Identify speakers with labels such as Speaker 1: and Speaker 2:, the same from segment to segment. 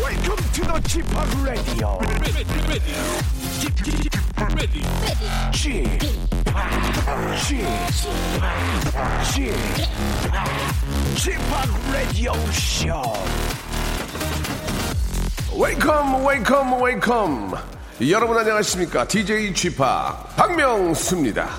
Speaker 1: Welcome to the Chip Radio.
Speaker 2: ready, ready, ready, ready.
Speaker 1: Chip, Chip, Chip, Radio Show.
Speaker 3: 웨이컴 웨이컴 웨이컴 여러분 안녕하십니까 DJ g 파 박명수입니다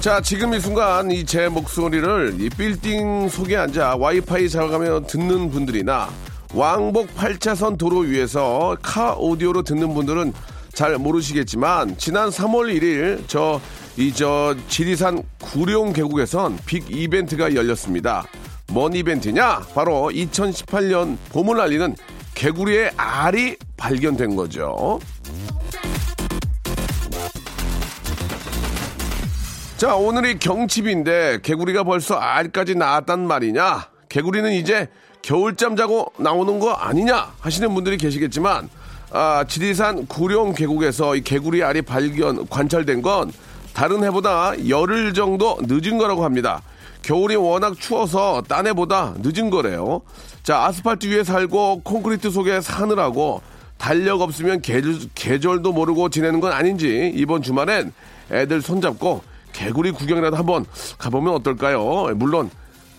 Speaker 3: 자 지금 이 순간 이 제 목소리를 이 빌딩 속에 앉아 와이파이 잡아가며 듣는 분들이나 왕복 8차선 도로 위에서 카 오디오로 듣는 분들은 잘 모르시겠지만 지난 3월 1일 저 이 저 지리산 구룡 계곡에선 빅 이벤트가 열렸습니다. 뭔 이벤트냐? 바로 2018년 봄을 알리는 개구리의 알이 발견된 거죠. 자, 오늘이 경칩인데 개구리가 벌써 알까지 나왔단 말이냐? 개구리는 이제 겨울잠 자고 나오는 거 아니냐? 하시는 분들이 계시겠지만 아, 지리산 구룡 계곡에서 이 개구리 알이 발견 관찰된 건 다른 해보다 열흘 정도 늦은 거라고 합니다. 겨울이 워낙 추워서 딴 해보다 늦은 거래요. 자, 아스팔트 위에 살고 콘크리트 속에 사느라고 달력 없으면 계절, 계절도 모르고 지내는 건 아닌지 이번 주말엔 애들 손잡고 개구리 구경이라도 한번 가보면 어떨까요? 물론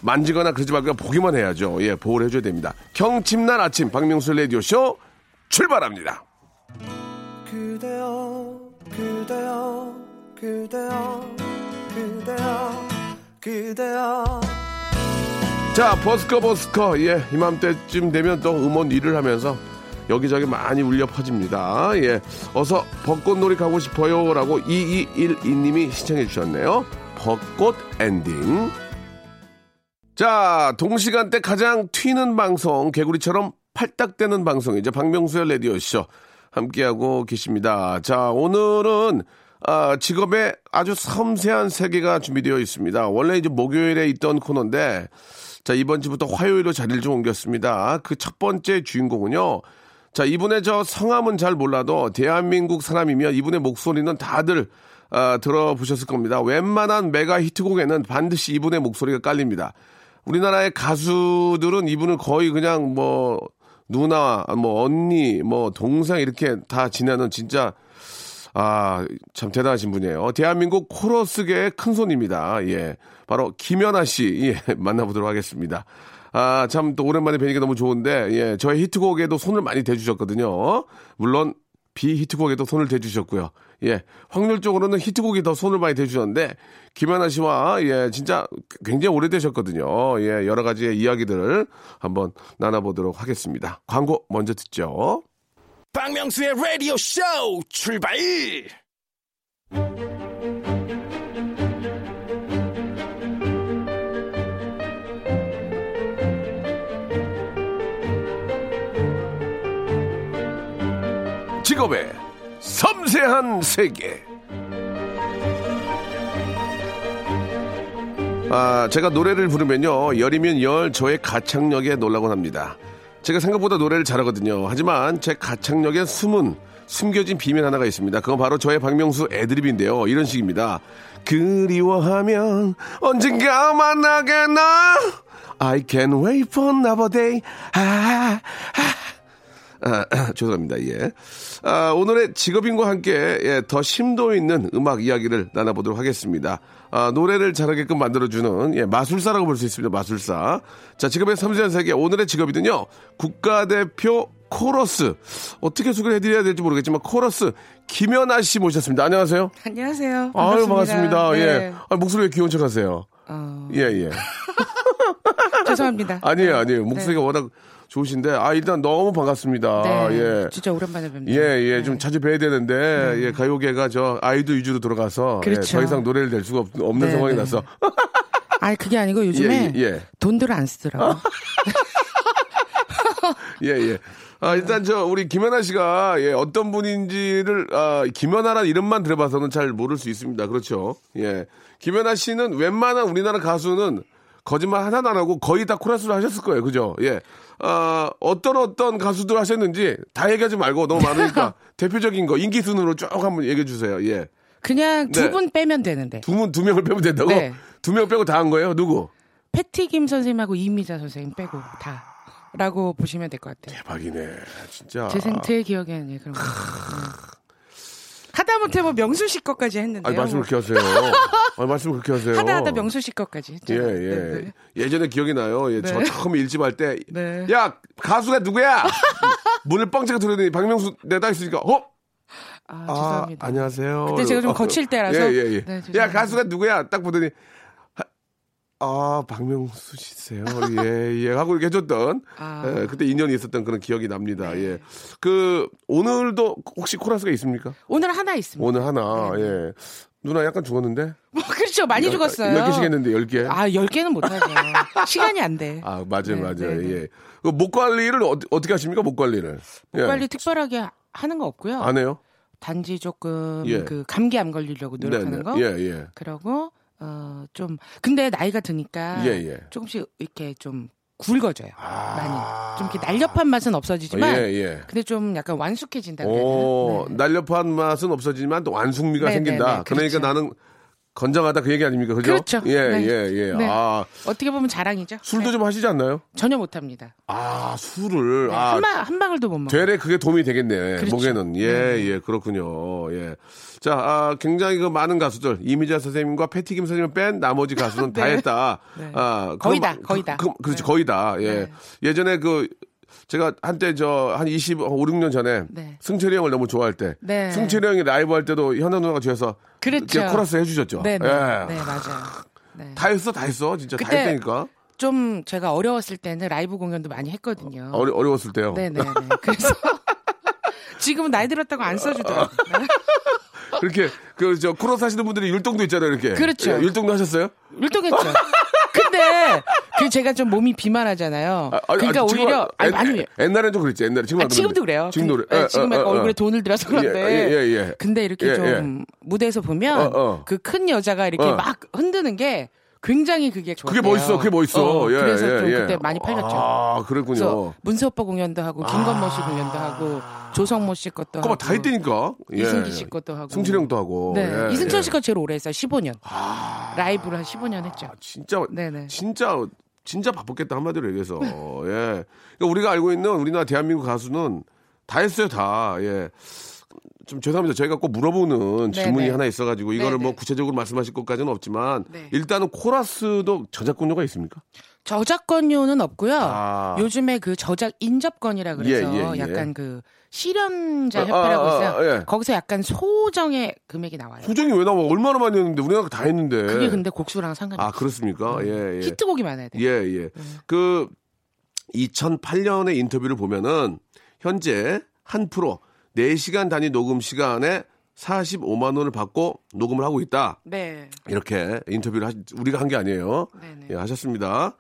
Speaker 3: 만지거나 그러지 말고 보기만 해야죠. 예, 보호를 해줘야 됩니다. 경칩날 아침 박명수 라디오 쇼 출발합니다.
Speaker 4: 그대여 그대여 그대여 그대여 그대여
Speaker 3: 자 버스커 버스커 예 이맘때쯤 되면 또 음원 일을 하면서 여기저기 많이 울려 퍼집니다 예 어서 벚꽃놀이 가고 싶어요라고 2212님이 시청해 주셨네요 벚꽃 엔딩 자 동시간대 가장 튀는 방송 개구리처럼 팔딱대는 방송이죠 박명수의 라디오쇼 함께하고 계십니다 자 오늘은 아, 직업의 아주 섬세한 세계가 준비되어 있습니다. 원래 이제 목요일에 있던 코너인데 자, 이번 주부터 화요일로 자리를 좀 옮겼습니다. 그 첫 번째 주인공은요. 자, 이분의 저 성함은 잘 몰라도 대한민국 사람이면 이분의 목소리는 다들 아, 들어보셨을 겁니다. 웬만한 메가 히트곡에는 반드시 이분의 목소리가 깔립니다. 우리나라의 가수들은 이분을 거의 그냥 뭐 누나, 뭐 언니, 뭐 동생 이렇게 다 지내는 진짜 아, 참 대단하신 분이에요. 대한민국 코러스계의 큰 손입니다. 예. 바로 김연아 씨, 예, 만나보도록 하겠습니다. 아, 참 또 오랜만에 뵈니까 너무 좋은데, 예, 저의 히트곡에도 손을 많이 대주셨거든요. 물론, 비히트곡에도 손을 대주셨고요. 예, 확률적으로는 히트곡이 더 손을 많이 대주셨는데, 김연아 씨와, 예, 진짜 굉장히 오래되셨거든요. 예, 여러 가지의 이야기들을 한번 나눠보도록 하겠습니다. 광고 먼저 듣죠.
Speaker 1: 박명수의 Radio Show 출발.
Speaker 3: 직업의 섬세한 세계. 아, 제가 노래를 부르면요. 열이면 열, 저의 가창력에 놀라곤 합니다. 제가 생각보다 노래를 잘하거든요. 하지만 제 가창력에 숨은, 숨겨진 비밀 하나가 있습니다. 그건 바로 저의 박명수 애드립인데요. 이런 식입니다. 그리워하면 언젠가 만나겠나? I can wait for another day. 아, 아. 아, 죄송합니다. 예. 아, 오늘의 직업인과 함께 예, 더 심도 있는 음악 이야기를 나눠보도록 하겠습니다. 아, 노래를 잘하게끔 만들어주는 예, 마술사라고 볼 수 있습니다. 마술사. 자, 직업의 섬세한 세계 오늘의 직업이든요. 국가대표 코러스 어떻게 소개를 해드려야 될지 모르겠지만 코러스 김연아 씨 모셨습니다. 안녕하세요.
Speaker 5: 안녕하세요.
Speaker 3: 아유 반갑습니다.
Speaker 5: 네.
Speaker 3: 예. 아, 목소리 왜 귀여운 척하세요?
Speaker 5: 어,
Speaker 3: 예 예.
Speaker 5: 죄송합니다.
Speaker 3: 아니에요 아니에요. 목소리가
Speaker 5: 네.
Speaker 3: 워낙 좋으신데 아 일단 너무 반갑습니다.
Speaker 5: 네,
Speaker 3: 예.
Speaker 5: 진짜 오랜만에 뵙네요. 음.
Speaker 3: 예, 예, 좀 자주 뵈야 되는데, 예, 가요계가 저 아이돌 위주로 돌아가서 예,
Speaker 5: 그렇죠.
Speaker 3: 더 이상 노래를 낼 수가 없, 는
Speaker 5: 네,
Speaker 3: 상황이
Speaker 5: 네.
Speaker 3: 나서
Speaker 5: 아, 그게 아니고 요즘에
Speaker 3: 예, 아. 예.
Speaker 5: 돈들을 안 쓰더라고.
Speaker 3: 예, 예. 아, 일단 저 우리 김연아 씨가 예, 어떤 분인지를 아, 김연아란 이름만 들어봐서는 잘 모를 수 있습니다. 그렇죠? 예. 김연아 씨는 웬만한 우리나라 가수는 거짓말 하나도 안 하고 거의 다 코러스를 하셨을 거예요. 그죠? 예. 아, 어떤 어떤 가수들 하셨는지 다 얘기하지 말고 너무 많으니까 대표적인 거 인기 순으로 쭉 한번 얘기해 주세요. 예.
Speaker 5: 그냥
Speaker 3: 네.
Speaker 5: 두 분 빼면 되는데.
Speaker 3: 두 분 두 명을 빼면 된다고?
Speaker 5: 네.
Speaker 3: 두 명 빼고 다 한 거예요? 누구?
Speaker 5: 패티 김 선생님하고 이미자 선생님 빼고 다. 라고 보시면 될 것 같아요.
Speaker 3: 대박이네. 진짜.
Speaker 5: 제, 생, 제 기억에는 예, 그런 거. 네. 하다못해 뭐 명수 씨 것까지 했는데요.
Speaker 3: 아니, 말씀을 그렇게 하세요. 아니, 말씀을 그렇게 하세요.
Speaker 5: 하다 하다 명수 씨 것까지
Speaker 3: 예,
Speaker 5: 했죠. 네,
Speaker 3: 예.
Speaker 5: 네.
Speaker 3: 예전에 기억이 나요. 예, 저
Speaker 5: 네.
Speaker 3: 처음 일집 할 때.
Speaker 5: 네.
Speaker 3: 야, 가수가 누구야? 문을 뻥짝 들었더니 박명수 내다 있으니까, 어?
Speaker 5: 아,
Speaker 3: 아,
Speaker 5: 죄송합니다.
Speaker 3: 안녕하세요.
Speaker 5: 그때 제가 좀 거칠 때라서.
Speaker 3: 예, 예, 예.
Speaker 5: 네,
Speaker 3: 야,
Speaker 5: 죄송합니다.
Speaker 3: 가수가 누구야? 딱 보더니, 하- 아, 박명수 씨세요. 예, 예. 하고 이렇게 해줬던,
Speaker 5: 아. 네.
Speaker 3: 예, 그때 인연이 있었던 그런 기억이 납니다. 예. 그, 오늘도 혹시 코러스가 있습니까?
Speaker 5: 오늘 하나 있습니다.
Speaker 3: 오늘 하나, 예. 누나 약간 죽었는데?
Speaker 5: 뭐, 그렇죠. 많이 네, 죽었어요.
Speaker 3: 10개씩 했는데, 10개.
Speaker 5: 아, 10개는 못하죠. 시간이 안 돼.
Speaker 3: 아, 맞아요,
Speaker 5: 네,
Speaker 3: 맞아요.
Speaker 5: 네, 네.
Speaker 3: 예. 그목 관리를 어, 어떻게 하십니까? 목 관리를. 목
Speaker 5: 관리 특별하게 하는 거 없고요.
Speaker 3: 예. 안 해요?
Speaker 5: 단지 조금
Speaker 3: 예.
Speaker 5: 그 감기 안 걸리려고 노력하는 거.
Speaker 3: 예, 예.
Speaker 5: 그러고 어 좀 근데 나이가 드니까
Speaker 3: 예, 예.
Speaker 5: 조금씩 이렇게 좀 굵어져요. 많이. 좀 이렇게 날렵한 맛은 없어지지만
Speaker 3: 예, 예.
Speaker 5: 근데 좀 약간 완숙해진다 그래야
Speaker 3: 오,
Speaker 5: 되나? 네.
Speaker 3: 날렵한 맛은 없어지지만 또 완숙미가
Speaker 5: 네,
Speaker 3: 생긴다.
Speaker 5: 네, 네,
Speaker 3: 그러니까
Speaker 5: 그렇죠.
Speaker 3: 나는 건장하다 그 얘기 아닙니까? 그죠?
Speaker 5: 그렇죠.
Speaker 3: 예,
Speaker 5: 네.
Speaker 3: 예, 예.
Speaker 5: 네.
Speaker 3: 아,
Speaker 5: 어떻게 보면 자랑이죠.
Speaker 3: 술도
Speaker 5: 네.
Speaker 3: 좀 하시지 않나요?
Speaker 5: 전혀 못 합니다.
Speaker 3: 아, 술을.
Speaker 5: 네,
Speaker 3: 아,
Speaker 5: 한, 마- 한 방울도 못 먹어요.
Speaker 3: 되레 그게 도움이 되겠네.
Speaker 5: 그렇죠.
Speaker 3: 목에는. 예, 예, 그렇군요. 예. 자, 아, 굉장히 그 많은 가수들, 이미자 선생님과 패티김 선생님 뺀 나머지 가수는 다 했다.
Speaker 5: 네.
Speaker 3: 아,
Speaker 5: 거의
Speaker 3: 그럼-
Speaker 5: 다, 거의 다. 네.
Speaker 3: 그, 렇지 거의 다. 예. 예전에 그, 제가 한때 저, 한 20, 5, 6년 전에
Speaker 5: 네.
Speaker 3: 승철이 형을 너무 좋아할 때.
Speaker 5: 네.
Speaker 3: 승철이 형이 라이브 할 때도 현아 누나가 뒤에서.
Speaker 5: 그렇죠.
Speaker 3: 이렇게 코러스 해주셨죠.
Speaker 5: 네, 네.
Speaker 3: 예.
Speaker 5: 네, 맞아요. 네.
Speaker 3: 다 했어, 다 했어. 진짜 다
Speaker 5: 그때
Speaker 3: 했다니까.
Speaker 5: 좀 제가 어려웠을 때는 라이브 공연도 많이 했거든요.
Speaker 3: 어려, 어려웠을 때요.
Speaker 5: 네네. 그래서 지금은 나이 들었다고 안 써주더라고요.
Speaker 3: 이렇게, 그, 저, 코러스 하시는 분들이 율동도 있잖아요, 이렇게.
Speaker 5: 그렇죠.
Speaker 3: 예, 율동도 하셨어요?
Speaker 5: 율동했죠. 근데 그 제가 좀 몸이 비만하잖아요.
Speaker 3: 아, 아니,
Speaker 5: 그러니까
Speaker 3: 아니, 지금은-
Speaker 5: 오히려 아니,
Speaker 3: 옛-
Speaker 5: 아니,
Speaker 3: 옛날엔 좀 그랬지 옛날에 지금
Speaker 5: 아, 지금도 그래요.
Speaker 3: 지금도
Speaker 5: 그-
Speaker 3: 그래 어,
Speaker 5: 예, 지금 약간 얼굴에 돈을 들여서 그런데.
Speaker 3: 예, 예, 예.
Speaker 5: 근데 이렇게
Speaker 3: 예,
Speaker 5: 좀
Speaker 3: 예.
Speaker 5: 무대에서 보면
Speaker 3: 어, 어.
Speaker 5: 그 큰 여자가 이렇게
Speaker 3: 어.
Speaker 5: 막 흔드는 게 굉장히 그게 좋아요.
Speaker 3: 그게 멋있어 그게 멋있어 예,
Speaker 5: 그래서
Speaker 3: 예,
Speaker 5: 좀
Speaker 3: 예.
Speaker 5: 그때 많이 팔렸죠.
Speaker 3: 아
Speaker 5: 그래서
Speaker 3: 그랬군요
Speaker 5: 문세 오빠 공연도 하고 김건모 씨 공연도 하고 조성모 씨 것도 하고
Speaker 3: 그거 뭐 다 했다니까 예.
Speaker 5: 음, 이승기 씨 것도 하고
Speaker 3: 승철이 형도 하고
Speaker 5: 네.
Speaker 3: 예,
Speaker 5: 이승철
Speaker 3: 예. 아.
Speaker 5: 씨가 제일 오래 했어요. 15년. 라이브를 한 15년 했죠.
Speaker 3: 진짜
Speaker 5: 네네. 네.
Speaker 3: 진짜 진짜 바쁘겠다 한마디로 얘기해서 예 그러니까 우리가 알고 있는 우리나라 대한민국 가수는 다 했어요 다예좀 죄송합니다 저희가 꼭 물어보는
Speaker 5: 네,
Speaker 3: 질문이
Speaker 5: 네.
Speaker 3: 하나 있어가지고 이거를
Speaker 5: 네,
Speaker 3: 뭐
Speaker 5: 네.
Speaker 3: 구체적으로 말씀하실 것까지는 없지만
Speaker 5: 네.
Speaker 3: 일단은 코러스도 저작권료가 있습니까?
Speaker 5: 저작권료는 없고요.
Speaker 3: 아.
Speaker 5: 요즘에 그 저작 인접권이라 그래서
Speaker 3: 예, 예, 예.
Speaker 5: 약간 그 실현자
Speaker 3: 아,
Speaker 5: 협회라고
Speaker 3: 아, 아,
Speaker 5: 있어요.
Speaker 3: 예.
Speaker 5: 거기서 약간 소정의 금액이 나와요.
Speaker 3: 소정이 왜 나와? 얼마나 많이 했는데 우리나라 다 했는데.
Speaker 5: 그게 근데 곡수랑 상관이
Speaker 3: 아
Speaker 5: 없어요.
Speaker 3: 그렇습니까? 예 예.
Speaker 5: 네. 히트곡이 네. 많아야 돼요.
Speaker 3: 예 예. 그 2008년의 인터뷰를 보면은 현재 한 프로 4시간 단위 녹음 시간에 45만 원을 받고 녹음을 하고 있다.
Speaker 5: 네.
Speaker 3: 이렇게 인터뷰를 하시, 우리가 한 게 아니에요.
Speaker 5: 네네.
Speaker 3: 예, 하셨습니다.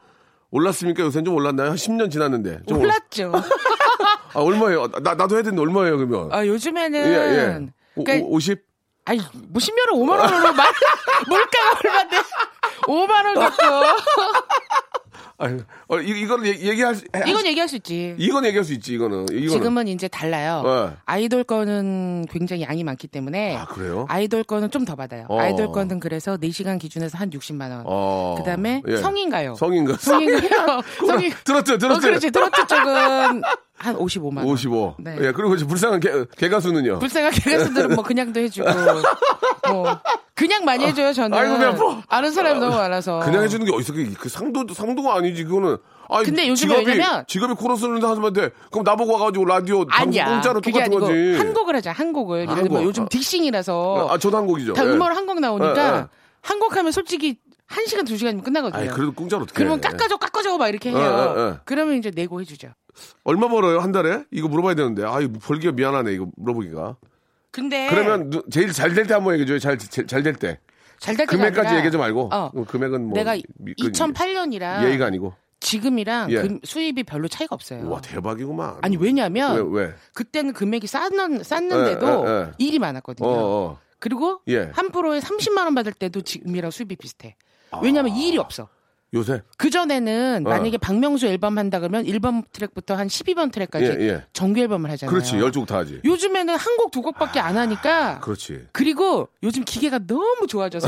Speaker 3: 올랐습니까? 요새는 좀 올랐나요? 한 10년 지났는데. 좀 올-
Speaker 5: 몰랐죠.
Speaker 3: 아, 얼마예요? 나, 나도 해야 되는데 얼마예요, 그러면?
Speaker 5: 아, 요즘에는
Speaker 3: 예, 예. 오,
Speaker 5: 그러니까-
Speaker 3: 오, 50?
Speaker 5: 아니, 뭐 10년에 5만 원으로 말 물가가 얼마인데 5만 원 갖고
Speaker 3: 아유, 어, 이, 이걸 얘기- 얘기할 수,
Speaker 5: 이건 얘기할 수 있지.
Speaker 3: 이건 얘기할 수 있지, 이거는. 이거는.
Speaker 5: 지금은 이제 달라요.
Speaker 3: 네.
Speaker 5: 아이돌 거는 굉장히 양이 많기 때문에
Speaker 3: 아, 그래요?
Speaker 5: 이돌 거는 좀 더 받아요.
Speaker 3: 어.
Speaker 5: 아이돌 거는 그래서 4시간 기준에서 한 60만 원.
Speaker 3: 어.
Speaker 5: 그다음에
Speaker 3: 예.
Speaker 5: 성인가요?
Speaker 3: 성인가?
Speaker 5: 성인가요? 성인.
Speaker 3: 들었죠,
Speaker 5: 어,
Speaker 3: 들었죠.
Speaker 5: 그렇지. 트로트 쪽은 한 55만 원.
Speaker 3: 55.
Speaker 5: 네.
Speaker 3: 예, 그리고 이제 불쌍한 개, 개가수는요.
Speaker 5: 불쌍하게 가수들은 뭐 그냥도 해주고 뭐 그냥 많이 해줘요 저는
Speaker 3: 아이고, 배 아파.
Speaker 5: 아는 사람이 너무 많아서
Speaker 3: 그냥 해주는 게 어디서 그, 그 상도 상도가 아니지 그거는. 아니,
Speaker 5: 근데 요즘에
Speaker 3: 직업이
Speaker 5: 왜냐면-
Speaker 3: 직업이 코러스는 사람한테 그럼 나보고 와가지고 라디오 방송
Speaker 5: 아니야
Speaker 3: 공짜로
Speaker 5: 그게
Speaker 3: 똑같은
Speaker 5: 아니고
Speaker 3: 거지. 아,
Speaker 5: 한 곡을 하자 한 곡을 예를 들면
Speaker 3: 한 곡.
Speaker 5: 요즘 딕싱이라서
Speaker 3: 아 저도 한 곡이죠.
Speaker 5: 다
Speaker 3: 예.
Speaker 5: 음원 한 곡
Speaker 3: 예, 예.
Speaker 5: 나오니까 한 곡 하면 솔직히 한 시간 두 시간이면 끝나거든요.
Speaker 3: 아이, 그래도 공짜로 어떻게?
Speaker 5: 그러면 깎아줘 깎아줘 막 이렇게 해요.
Speaker 3: 예, 예, 예.
Speaker 5: 그러면 이제 내고 해주죠.
Speaker 3: 얼마 벌어요 한 달에? 이거 물어봐야 되는데. 아 이거 벌기가 미안하네 이거 물어보기가.
Speaker 5: 근데
Speaker 3: 그러면 누- 제일 잘 될 때 한번 얘기해줘요. 잘잘될 때.
Speaker 5: 잘될
Speaker 3: 금액까지 얘기하지 말고.
Speaker 5: 어.
Speaker 3: 금액은 뭐
Speaker 5: 내가
Speaker 3: 미- 그
Speaker 5: 2008년이랑
Speaker 3: 예의가 아니고.
Speaker 5: 지금이랑
Speaker 3: 예.
Speaker 5: 금- 수입이 별로 차이가 없어요.
Speaker 3: 와 대박이구만.
Speaker 5: 아니 왜냐하면
Speaker 3: 왜 왜?
Speaker 5: 그때는 금액이 쌌는, 쌌는데도
Speaker 3: 예, 예, 예.
Speaker 5: 일이 많았거든요.
Speaker 3: 어 어.
Speaker 5: 그리고
Speaker 3: 예.
Speaker 5: 한 프로에 30만 원 받을 때도 지금이랑 수입이 비슷해. 왜냐하면 이 일이 없어.
Speaker 3: 요새?
Speaker 5: 그전에는
Speaker 3: 아. 어.
Speaker 5: 만약에 박명수 앨범 한다 그러면 1번 트랙부터 한 12번 트랙까지
Speaker 3: 예, 예.
Speaker 5: 정규 앨범을 하잖아요.
Speaker 3: 그렇지. 열주곡 다 하지.
Speaker 5: 네. 요즘에는 한 곡 두 곡밖에 안 하니까
Speaker 3: 그렇지.
Speaker 5: 그리고 요즘 기계가 너무 좋아져서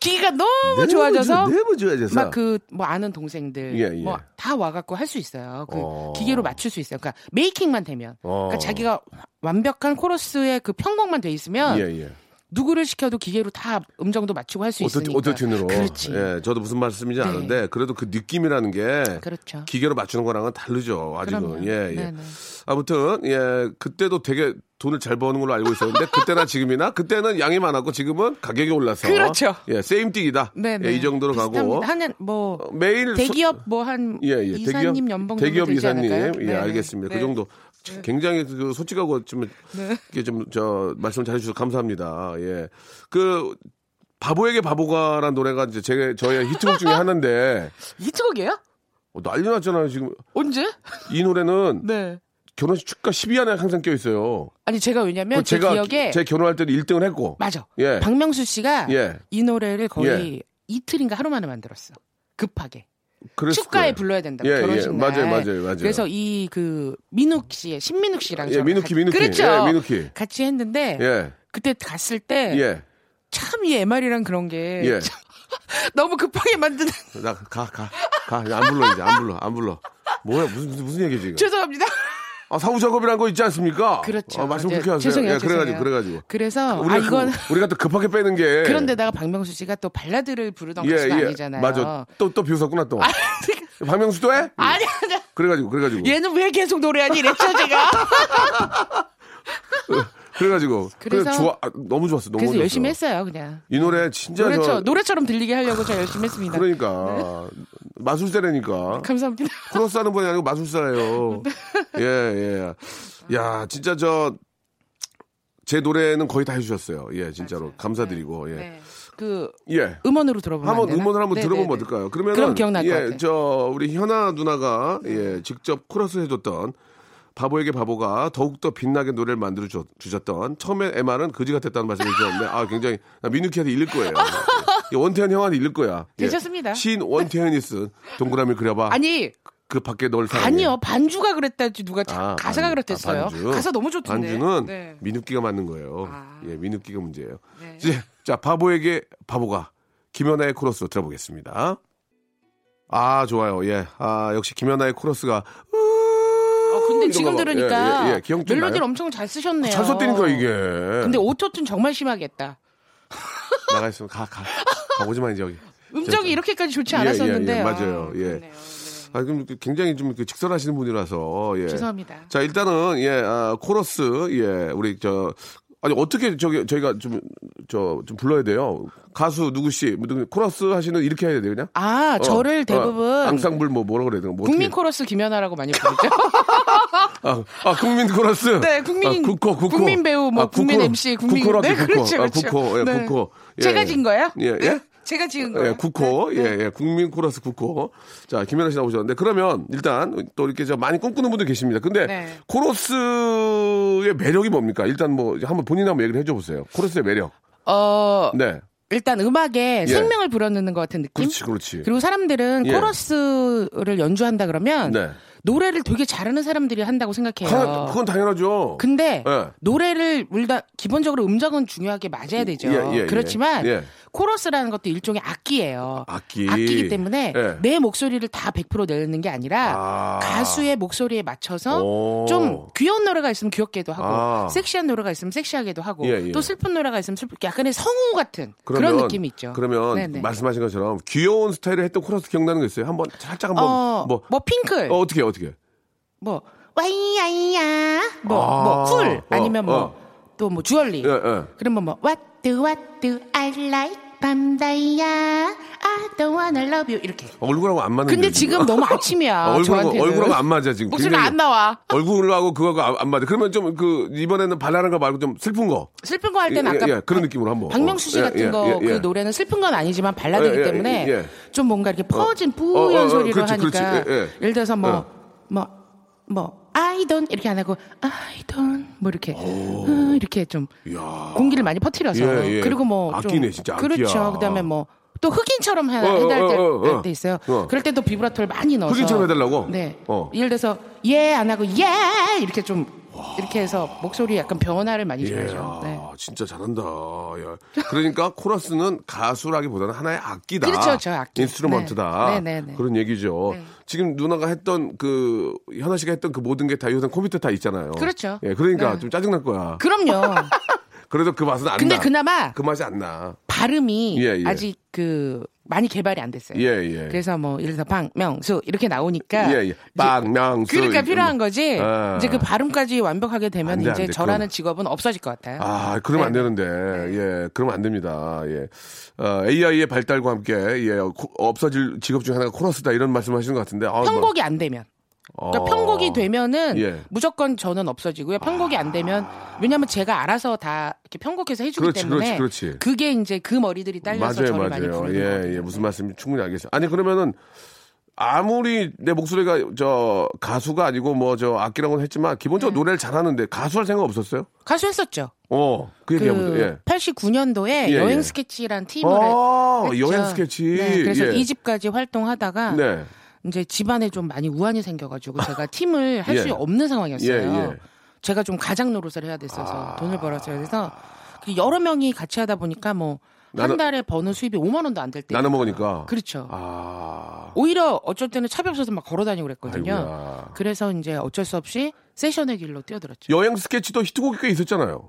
Speaker 5: 기계가 너무
Speaker 3: 너무
Speaker 5: 좋아져서
Speaker 3: 좋아, 너무 좋아져서.
Speaker 5: 막 그 뭐 아는 동생들
Speaker 3: 네, 예, 예.
Speaker 5: 뭐 다 와갖고 할 수 있어요. 그
Speaker 3: 어.
Speaker 5: 기계로 맞출 수 있어요. 그러니까 메이킹만 되면
Speaker 3: 어.
Speaker 5: 그러니까 자기가 완벽한 코러스의 그 편곡만 돼 있으면
Speaker 3: 예, 예.
Speaker 5: 누구를 시켜도 기계로 다 음정도 맞추고 할 수
Speaker 3: 오토-
Speaker 5: 있으니까.
Speaker 3: 오토튠으로.
Speaker 5: 그렇지.
Speaker 3: 예, 저도 무슨 말씀인지
Speaker 5: 네.
Speaker 3: 아는데 그래도 그 느낌이라는 게
Speaker 5: 그렇죠.
Speaker 3: 기계로 맞추는 거랑은 다르죠. 아직은.
Speaker 5: 그럼요.
Speaker 3: 예, 예.
Speaker 5: 네네.
Speaker 3: 아무튼 예, 그때도 되게 돈을 잘 버는 걸로 알고 있었는데 그때나 지금이나 그때는 양이 많았고 지금은 가격이 올라서
Speaker 5: 그렇죠.
Speaker 3: 예, 세임 띠이다.
Speaker 5: 네네.
Speaker 3: 예, 이 정도로 가고
Speaker 5: 비슷합니다. 한뭐
Speaker 3: 어, 매일
Speaker 5: 대기업 뭐 한
Speaker 3: 소- 예, 예.
Speaker 5: 이사님
Speaker 3: 대기업
Speaker 5: 연봉 정도
Speaker 3: 대기업
Speaker 5: 되지
Speaker 3: 이사님
Speaker 5: 않을까요?
Speaker 3: 예,
Speaker 5: 네네.
Speaker 3: 알겠습니다.
Speaker 5: 네.
Speaker 3: 그 정도 참 굉장히 그 솔직하고 좀 이게 좀 저 말씀 잘해 주셔서 감사합니다. 예. 그 바보에게 바보가란 노래가 이제 제 저의 히트곡 중에 하나인데
Speaker 5: 이 곡이에요?
Speaker 3: 어, 난리 났잖아요, 지금.
Speaker 5: 언제?
Speaker 3: 이 노래는
Speaker 5: 네.
Speaker 3: 결혼식 축가 10위 안에 항상 껴 있어요.
Speaker 5: 아니 제가 왜냐면 네, 제
Speaker 3: 제가
Speaker 5: 기억에
Speaker 3: 제 결혼할 때도 1등을 했고.
Speaker 5: 맞아.
Speaker 3: 예.
Speaker 5: 박명수 씨가
Speaker 3: 예.
Speaker 5: 이 노래를 거의 이틀인가 하루 만에 만들었어. 급하게.
Speaker 3: 그랬을
Speaker 5: 축가에
Speaker 3: 거예요.
Speaker 5: 불러야 된다.
Speaker 3: 예,
Speaker 5: 결혼식
Speaker 3: 예.
Speaker 5: 날.
Speaker 3: 맞아요, 맞아요, 맞아요.
Speaker 5: 그래서 이 그 민욱 씨의 신민욱 씨랑
Speaker 3: 예,
Speaker 5: 저랑
Speaker 3: 민욱이,
Speaker 5: 같이-
Speaker 3: 민욱이.
Speaker 5: 그렇죠.
Speaker 3: 예, 민욱이.
Speaker 5: 같이 했는데
Speaker 3: 예.
Speaker 5: 그때 갔을 때 참 이
Speaker 3: 예.
Speaker 5: MR이랑 그런 게
Speaker 3: 예.
Speaker 5: 참 너무 급하게 만드는
Speaker 3: 나 가, 가. 가. 안 불러 이제 안 불러. 안 불러. 뭐야? 무슨 무슨, 무슨 얘기 지금?
Speaker 5: 죄송합니다.
Speaker 3: 아, 사후 작업이란 거 있지 않습니까?
Speaker 5: 그렇죠.
Speaker 3: 아, 말씀
Speaker 5: 네,
Speaker 3: 그렇게 하세요.
Speaker 5: 죄송해요,
Speaker 3: 예, 그래 가지고
Speaker 5: 죄송해요.
Speaker 3: 그래 가지고.
Speaker 5: 그래서
Speaker 3: 우리가
Speaker 5: 아 이건
Speaker 3: 그, 우리가 또 급하게 빼는 게
Speaker 5: 그런데다가 박명수 씨가 또 발라드를 부르던
Speaker 3: 예,
Speaker 5: 가수가
Speaker 3: 예.
Speaker 5: 아니잖아요.
Speaker 3: 맞아. 또 또 비웃었구나 또.
Speaker 5: 아,
Speaker 3: 박명수도 해?
Speaker 5: 아니 아니.
Speaker 3: 그래 가지고 그래 가지고.
Speaker 5: 얘는 왜 계속 노래하니 이랬죠 제가.
Speaker 3: 그래 가지고.
Speaker 5: 그래서-
Speaker 3: 좋아. 아, 너무 좋았어. 너무
Speaker 5: 그래서
Speaker 3: 좋았어.
Speaker 5: 열심히 했어요 그냥.
Speaker 3: 이 노래 진짜
Speaker 5: 노래처, 네.
Speaker 3: 저
Speaker 5: 노래처럼 들리게 하려고 제가 열심히 했습니다.
Speaker 3: 그러니까 마술사라니까
Speaker 5: 감사합니다.
Speaker 3: 크로스하는 분이 아니고 마술사예요.
Speaker 5: 네.
Speaker 3: 예, 예. 야, 진짜 저 제 노래는 거의 다 해주셨어요. 예, 진짜로 감사드리고 예,
Speaker 5: 그
Speaker 3: 예.
Speaker 5: 음원으로 들어보면
Speaker 3: 한번
Speaker 5: 안 되나?
Speaker 3: 음원을 한번
Speaker 5: 네,
Speaker 3: 들어보면
Speaker 5: 네, 네.
Speaker 3: 어떨까요? 그러면
Speaker 5: 그럼 기억날
Speaker 3: 예,
Speaker 5: 것 같아요. 음.
Speaker 3: 저 우리 현아 누나가 예, 직접 코러스 해줬던 바보에게 바보가 더욱더 빛나게 노래를 만들어 주- 주셨던 처음에 MR은 거지 같았다는 말씀을 주셨는데 아 굉장히 나 민우키한테 일릴 거예요. 예, 원태현 형한테 일릴 거야. 예.
Speaker 5: 괜찮습니다.
Speaker 3: 신 원태현이스 동그라미 그려봐.
Speaker 5: 아니
Speaker 3: 그 밖에 널 사랑해.
Speaker 5: 아니요 반주가 그랬다지 누가 자-
Speaker 3: 아,
Speaker 5: 가사가
Speaker 3: 반-
Speaker 5: 그랬댔어요.
Speaker 3: 아, 반주.
Speaker 5: 가사 너무 좋던데.
Speaker 3: 반주는
Speaker 5: 네.
Speaker 3: 민욱기가 맞는 거예요.
Speaker 5: 아.
Speaker 3: 예, 민욱기가 문제예요.
Speaker 5: 네.
Speaker 3: 이제 자 바보에게 바보가 김연아의 코러스 들어보겠습니다. 아 좋아요. 예, 아 역시 김연아의 코러스가
Speaker 5: 어, 근데
Speaker 3: 이런
Speaker 5: 지금
Speaker 3: 거 봐.
Speaker 5: 들으니까
Speaker 3: 예, 예, 예. 기억 좀
Speaker 5: 멜로디를
Speaker 3: 나요? 아,
Speaker 5: 엄청 잘 쓰셨네요.
Speaker 3: 잘 썼다니까 이게.
Speaker 5: 근데 오토튠 정말 심하겠다.
Speaker 3: 나가 있으면 가 가. 가보지만 이제 여기.
Speaker 5: 음정이 이렇게까지 좋지
Speaker 3: 예,
Speaker 5: 네,
Speaker 3: 예, 예,
Speaker 5: 않았었는데.
Speaker 3: 맞아요. 예. 아 그럼 굉장히 좀 이렇게 직설하시는 분이라서 예.
Speaker 5: 죄송합니다.
Speaker 3: 자 일단은 예 아, 코러스 예 우리 저 아니 어떻게 저기 저희가 좀 저 좀 불러야 돼요 가수 누구 씨 뭐, 누구- 코러스 하시는 이렇게 해야 돼요 그냥
Speaker 5: 아
Speaker 3: 어,
Speaker 5: 저를
Speaker 3: 어,
Speaker 5: 대부분
Speaker 3: 앙상블 뭐 뭐라 그래야 되나 뭐
Speaker 5: 국민
Speaker 3: 어떻게-
Speaker 5: 코러스 김연아라고 많이 부르죠.
Speaker 3: 아, 아, 국민 코러스
Speaker 5: 네, 국민-
Speaker 3: 아, 국코 국코
Speaker 5: 국민 배우, 뭐 국민
Speaker 3: 국코.
Speaker 5: MC, 국민-
Speaker 3: 아, 국코로 할게요,
Speaker 5: 네,
Speaker 3: 국코.
Speaker 5: 그렇죠,
Speaker 3: 아,
Speaker 5: 그렇죠.
Speaker 3: 국코 예
Speaker 5: 네.
Speaker 3: 국코 예,
Speaker 5: 제가
Speaker 3: 예.
Speaker 5: 지은 거예요? 네?
Speaker 3: 예 예?
Speaker 5: 제가 지은
Speaker 3: 예,
Speaker 5: 거예요.
Speaker 3: 국호,
Speaker 5: 네.
Speaker 3: 예, 예, 국민 코러스 국호. 자, 김연아 씨 나오셨는데, 그러면 일단 또 이렇게 저 많이 꿈꾸는 분들 계십니다. 근데
Speaker 5: 네.
Speaker 3: 코러스의 매력이 뭡니까? 일단 뭐, 한번 본인 한번 얘기를 해줘 보세요. 코러스의 매력.
Speaker 5: 어
Speaker 3: 네.
Speaker 5: 일단 음악에
Speaker 3: 예.
Speaker 5: 생명을 불어넣는 것 같은 느낌.
Speaker 3: 그렇지, 그렇지.
Speaker 5: 그리고 사람들은
Speaker 3: 예.
Speaker 5: 코러스를 연주한다 그러면
Speaker 3: 네.
Speaker 5: 노래를 되게 잘하는 사람들이 한다고 생각해요.
Speaker 3: 하- 그건 당연하죠.
Speaker 5: 예. 근데
Speaker 3: 예.
Speaker 5: 노래를 물다 기본적으로 음정은 중요하게 맞아야 되죠.
Speaker 3: 예, 예, 예.
Speaker 5: 그렇지만
Speaker 3: 예.
Speaker 5: 코러스라는 것도 일종의 악기예요.
Speaker 3: 악기.
Speaker 5: 기 때문에
Speaker 3: 예.
Speaker 5: 내 목소리를 다 100% 내는 게 아니라
Speaker 3: 아.
Speaker 5: 가수의 목소리에 맞춰서
Speaker 3: 오.
Speaker 5: 좀 귀여운 노래가 있으면 귀엽게도 하고
Speaker 3: 아.
Speaker 5: 섹시한 노래가 있으면 섹시하게도 하고
Speaker 3: 예, 예.
Speaker 5: 또 슬픈 노래가 있으면 슬픈 약간의 성우 같은 그런
Speaker 3: 그러면-
Speaker 5: 느낌이 있죠.
Speaker 3: 그러면
Speaker 5: 네네.
Speaker 3: 말씀하신 것처럼 귀여운 스타일을 했던 코러스 기억나는 거 있어요? 한번 살짝 한번
Speaker 5: 어, 뭐,
Speaker 3: 뭐,
Speaker 5: 핑클,
Speaker 3: 어, 어떻게 어떻게?
Speaker 5: 뭐 와이야이야,
Speaker 3: 아.
Speaker 5: 뭐뭐쿨 아, 니면
Speaker 3: 어,
Speaker 5: 뭐 또 뭐
Speaker 3: 어.
Speaker 5: 주얼리.
Speaker 3: 예, 예.
Speaker 5: 그러면 뭐 What do What do I like 밤다이야, I don't wanna love you 이렇게.
Speaker 3: 얼굴하고 안 맞는.
Speaker 5: 근데 지금 너무 아침이야.
Speaker 3: 얼굴하고
Speaker 5: 저한테는.
Speaker 3: 얼굴하고 안 맞아 지금.
Speaker 5: 목소리가
Speaker 3: 굉장히- 어,
Speaker 5: 안 나와.
Speaker 3: 얼굴하고 그거하고 안, 안 맞아. 그러면 좀 그 이번에는 발랄한 거 말고 좀 슬픈 거.
Speaker 5: 슬픈 거 할 때는
Speaker 3: 예,
Speaker 5: 아까
Speaker 3: 예, 예, 그런 느낌으로 한번.
Speaker 5: 박명수 씨
Speaker 3: 어, 예,
Speaker 5: 같은
Speaker 3: 예,
Speaker 5: 거
Speaker 3: 예,
Speaker 5: 그
Speaker 3: 예.
Speaker 5: 노래는 슬픈 건 아니지만 발라드기
Speaker 3: 예, 예,
Speaker 5: 때문에
Speaker 3: 예, 예.
Speaker 5: 좀 뭔가 이렇게 퍼진
Speaker 3: 어,
Speaker 5: 뿌연
Speaker 3: 어, 어,
Speaker 5: 소리로
Speaker 3: 그렇지,
Speaker 5: 하니까
Speaker 3: 그렇지. 예, 예.
Speaker 5: 예를 들어서 뭐 뭐 뭐 I don't 이렇게 안 하고 I don't 뭐 이렇게 어, 이렇게 좀 공기를 많이 퍼뜨려서
Speaker 3: 예, 예.
Speaker 5: 그리고 뭐 좀
Speaker 3: 악기네, 진짜 악기야.
Speaker 5: 그렇죠. 그다음에 뭐 또 흑인처럼 해,
Speaker 3: 어, 어,
Speaker 5: 해달 때,
Speaker 3: 어, 어, 어.
Speaker 5: 때 있어요.
Speaker 3: 어.
Speaker 5: 그럴 땐 또 비브라토를 많이 넣어서
Speaker 3: 흑인처럼 해달라고?
Speaker 5: 네.
Speaker 3: 어.
Speaker 5: 예를 들어서 예 안 하고 예 이렇게 좀 이렇게 해서 목소리 약간 변화를 많이
Speaker 3: 예,
Speaker 5: 줘야죠.
Speaker 3: 아,
Speaker 5: 네.
Speaker 3: 진짜 잘한다. 야. 그러니까 코러스는 가수라기보다는 하나의 악기다.
Speaker 5: 그렇죠, 저 악기.
Speaker 3: 인스트루먼트다.
Speaker 5: 네. 네, 네, 네.
Speaker 3: 그런 얘기죠.
Speaker 5: 네.
Speaker 3: 지금 누나가 했던 그 현아 씨가 했던 그 모든 게 다 요새 컴퓨터 다 있잖아요.
Speaker 5: 그렇죠.
Speaker 3: 예, 그러니까
Speaker 5: 네.
Speaker 3: 좀 짜증 날 거야.
Speaker 5: 그럼요.
Speaker 3: 그래도 그 맛은 안
Speaker 5: 근데
Speaker 3: 나.
Speaker 5: 그나마
Speaker 3: 그 맛이 안 나.
Speaker 5: 발음이
Speaker 3: 예, 예.
Speaker 5: 아직 그 많이 개발이 안 됐어요.
Speaker 3: 예, 예.
Speaker 5: 그래서 뭐 예를 들어 방명수 이렇게 나오니까
Speaker 3: 예, 예. 빵명수
Speaker 5: 그러니까 필요한 거지.
Speaker 3: 아.
Speaker 5: 이제 그 발음까지 완벽하게 되면
Speaker 3: 안 돼, 안
Speaker 5: 이제
Speaker 3: 돼.
Speaker 5: 저라는
Speaker 3: 그건-
Speaker 5: 직업은 없어질 것 같아요.
Speaker 3: 아, 그러면
Speaker 5: 네.
Speaker 3: 안 되는데. 예, 그러면 안 됩니다. 예. 어, AI의 발달과 함께, 예, 코- 없어질 직업 중 하나가 코러스다. 이런 말씀 하시는 것 같은데. 아, 어.
Speaker 5: 편곡이 안 되면. 그러니까 편곡이 되면은
Speaker 3: 예. 아.
Speaker 5: 무조건 저는 없어지고요. 편곡이 안 되면 왜냐하면 제가 알아서 다 이렇게 편곡해서 해주기
Speaker 3: 그렇지,
Speaker 5: 때문에
Speaker 3: 그렇지, 그렇지.
Speaker 5: 게 이제 그 머리들이 딸려서
Speaker 3: 맞아요,
Speaker 5: 저를 많이
Speaker 3: 맞아요.
Speaker 5: 부르는
Speaker 3: 예,
Speaker 5: 거거든요. 네.
Speaker 3: 예, 무슨 말씀인지 충분히 알겠어요. 아니 그러면은 아무리 내 목소리가 저 가수가 아니고 뭐 저 악기라고는 했지만 기본적으로
Speaker 5: 네.
Speaker 3: 노래를 잘하는데 가수할 생각 없었어요?
Speaker 5: 가수 했었죠.
Speaker 3: 어, 그
Speaker 5: 그
Speaker 3: 얘기하면 예.
Speaker 5: 89년도에
Speaker 3: 예, 예.
Speaker 5: 여행 스케치란 팀을
Speaker 3: 아,
Speaker 5: 했죠.
Speaker 3: 여행 스케치.
Speaker 5: 네, 그래서
Speaker 3: 예.
Speaker 5: 이집까지 활동하다가
Speaker 3: 네.
Speaker 5: 이제 집안에 좀 많이 우환이 생겨가지고 제가 팀을 할 수
Speaker 3: 예.
Speaker 5: 없는 상황이었어요.
Speaker 3: 예, 아. 예.
Speaker 5: 제가 좀 가장 노릇을 해야 됐어서 돈을 벌었어요. 그래서 그 여러 명이 같이 하다 보니까 뭐 한
Speaker 3: 나눠-
Speaker 5: 달에 버는 수입이 5만 원도 안 될 때.
Speaker 3: 나눠 먹으니까.
Speaker 5: 네. 그렇죠.
Speaker 3: 아.
Speaker 5: 오히려 어쩔 때는 차비 없어서 막 걸어다니고 그랬거든요.
Speaker 3: 아이고야.
Speaker 5: 그래서 이제 어쩔 수 없이 세션의 길로 뛰어들었죠.
Speaker 3: 여행 스케치도 히트곡이 꽤 있었잖아요.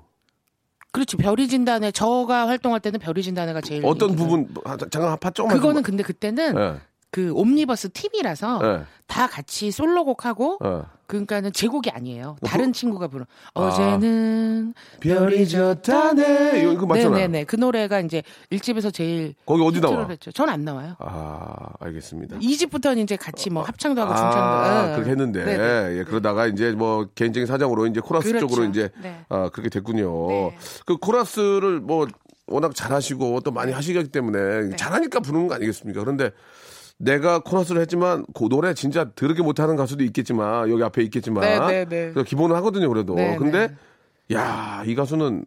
Speaker 5: 그렇죠. 별이 진단에 저가 활동할 때는 별이 진단회가 제일
Speaker 3: 어떤
Speaker 5: 인기가-
Speaker 3: 부분 아, 자- 잠깐 한 파 조금만
Speaker 5: 음. 그거는 근데 그때는
Speaker 3: 좀- 예.
Speaker 5: 그 옴니버스 팀이라서
Speaker 3: 예.
Speaker 5: 다 같이 솔로곡하고
Speaker 3: 예. 뭐그 아.
Speaker 5: 그러니까는 제 곡이 아니에요. 다른 친구가 부른 어제는 별이
Speaker 3: 졌다네. 이거- 이거 맞잖아요.
Speaker 5: 네네네. 그 노래가 이제 1집에서 제일
Speaker 3: 거기 어디
Speaker 5: 히트를
Speaker 3: 나와?
Speaker 5: 했죠. 전 안 나와요.
Speaker 3: 아, 알겠습니다.
Speaker 5: 2집부터는 이제 같이 뭐 합창도 하고 춤춰도
Speaker 3: 아,
Speaker 5: 하고.
Speaker 3: 그렇게 했는데
Speaker 5: 네네.
Speaker 3: 예, 그러다가 이제 뭐 개인적인 사정으로 이제 코러스
Speaker 5: 그렇죠.
Speaker 3: 쪽으로 이제
Speaker 5: 네.
Speaker 3: 아, 그렇게 됐군요.
Speaker 5: 네.
Speaker 3: 그 코러스를 뭐 워낙 잘하시고 또 많이 하시기
Speaker 5: 네.
Speaker 3: 때문에 잘하니까 부르는 거 아니겠습니까? 그런데 내가 코러스를 했지만 그 노래 진짜 들게 못하는 가수도 있겠지만 여기 앞에 있겠지만
Speaker 5: 네, 네, 네.
Speaker 3: 그래서 기본은 하거든요 그래도
Speaker 5: 네,
Speaker 3: 근데 야, 이 가수는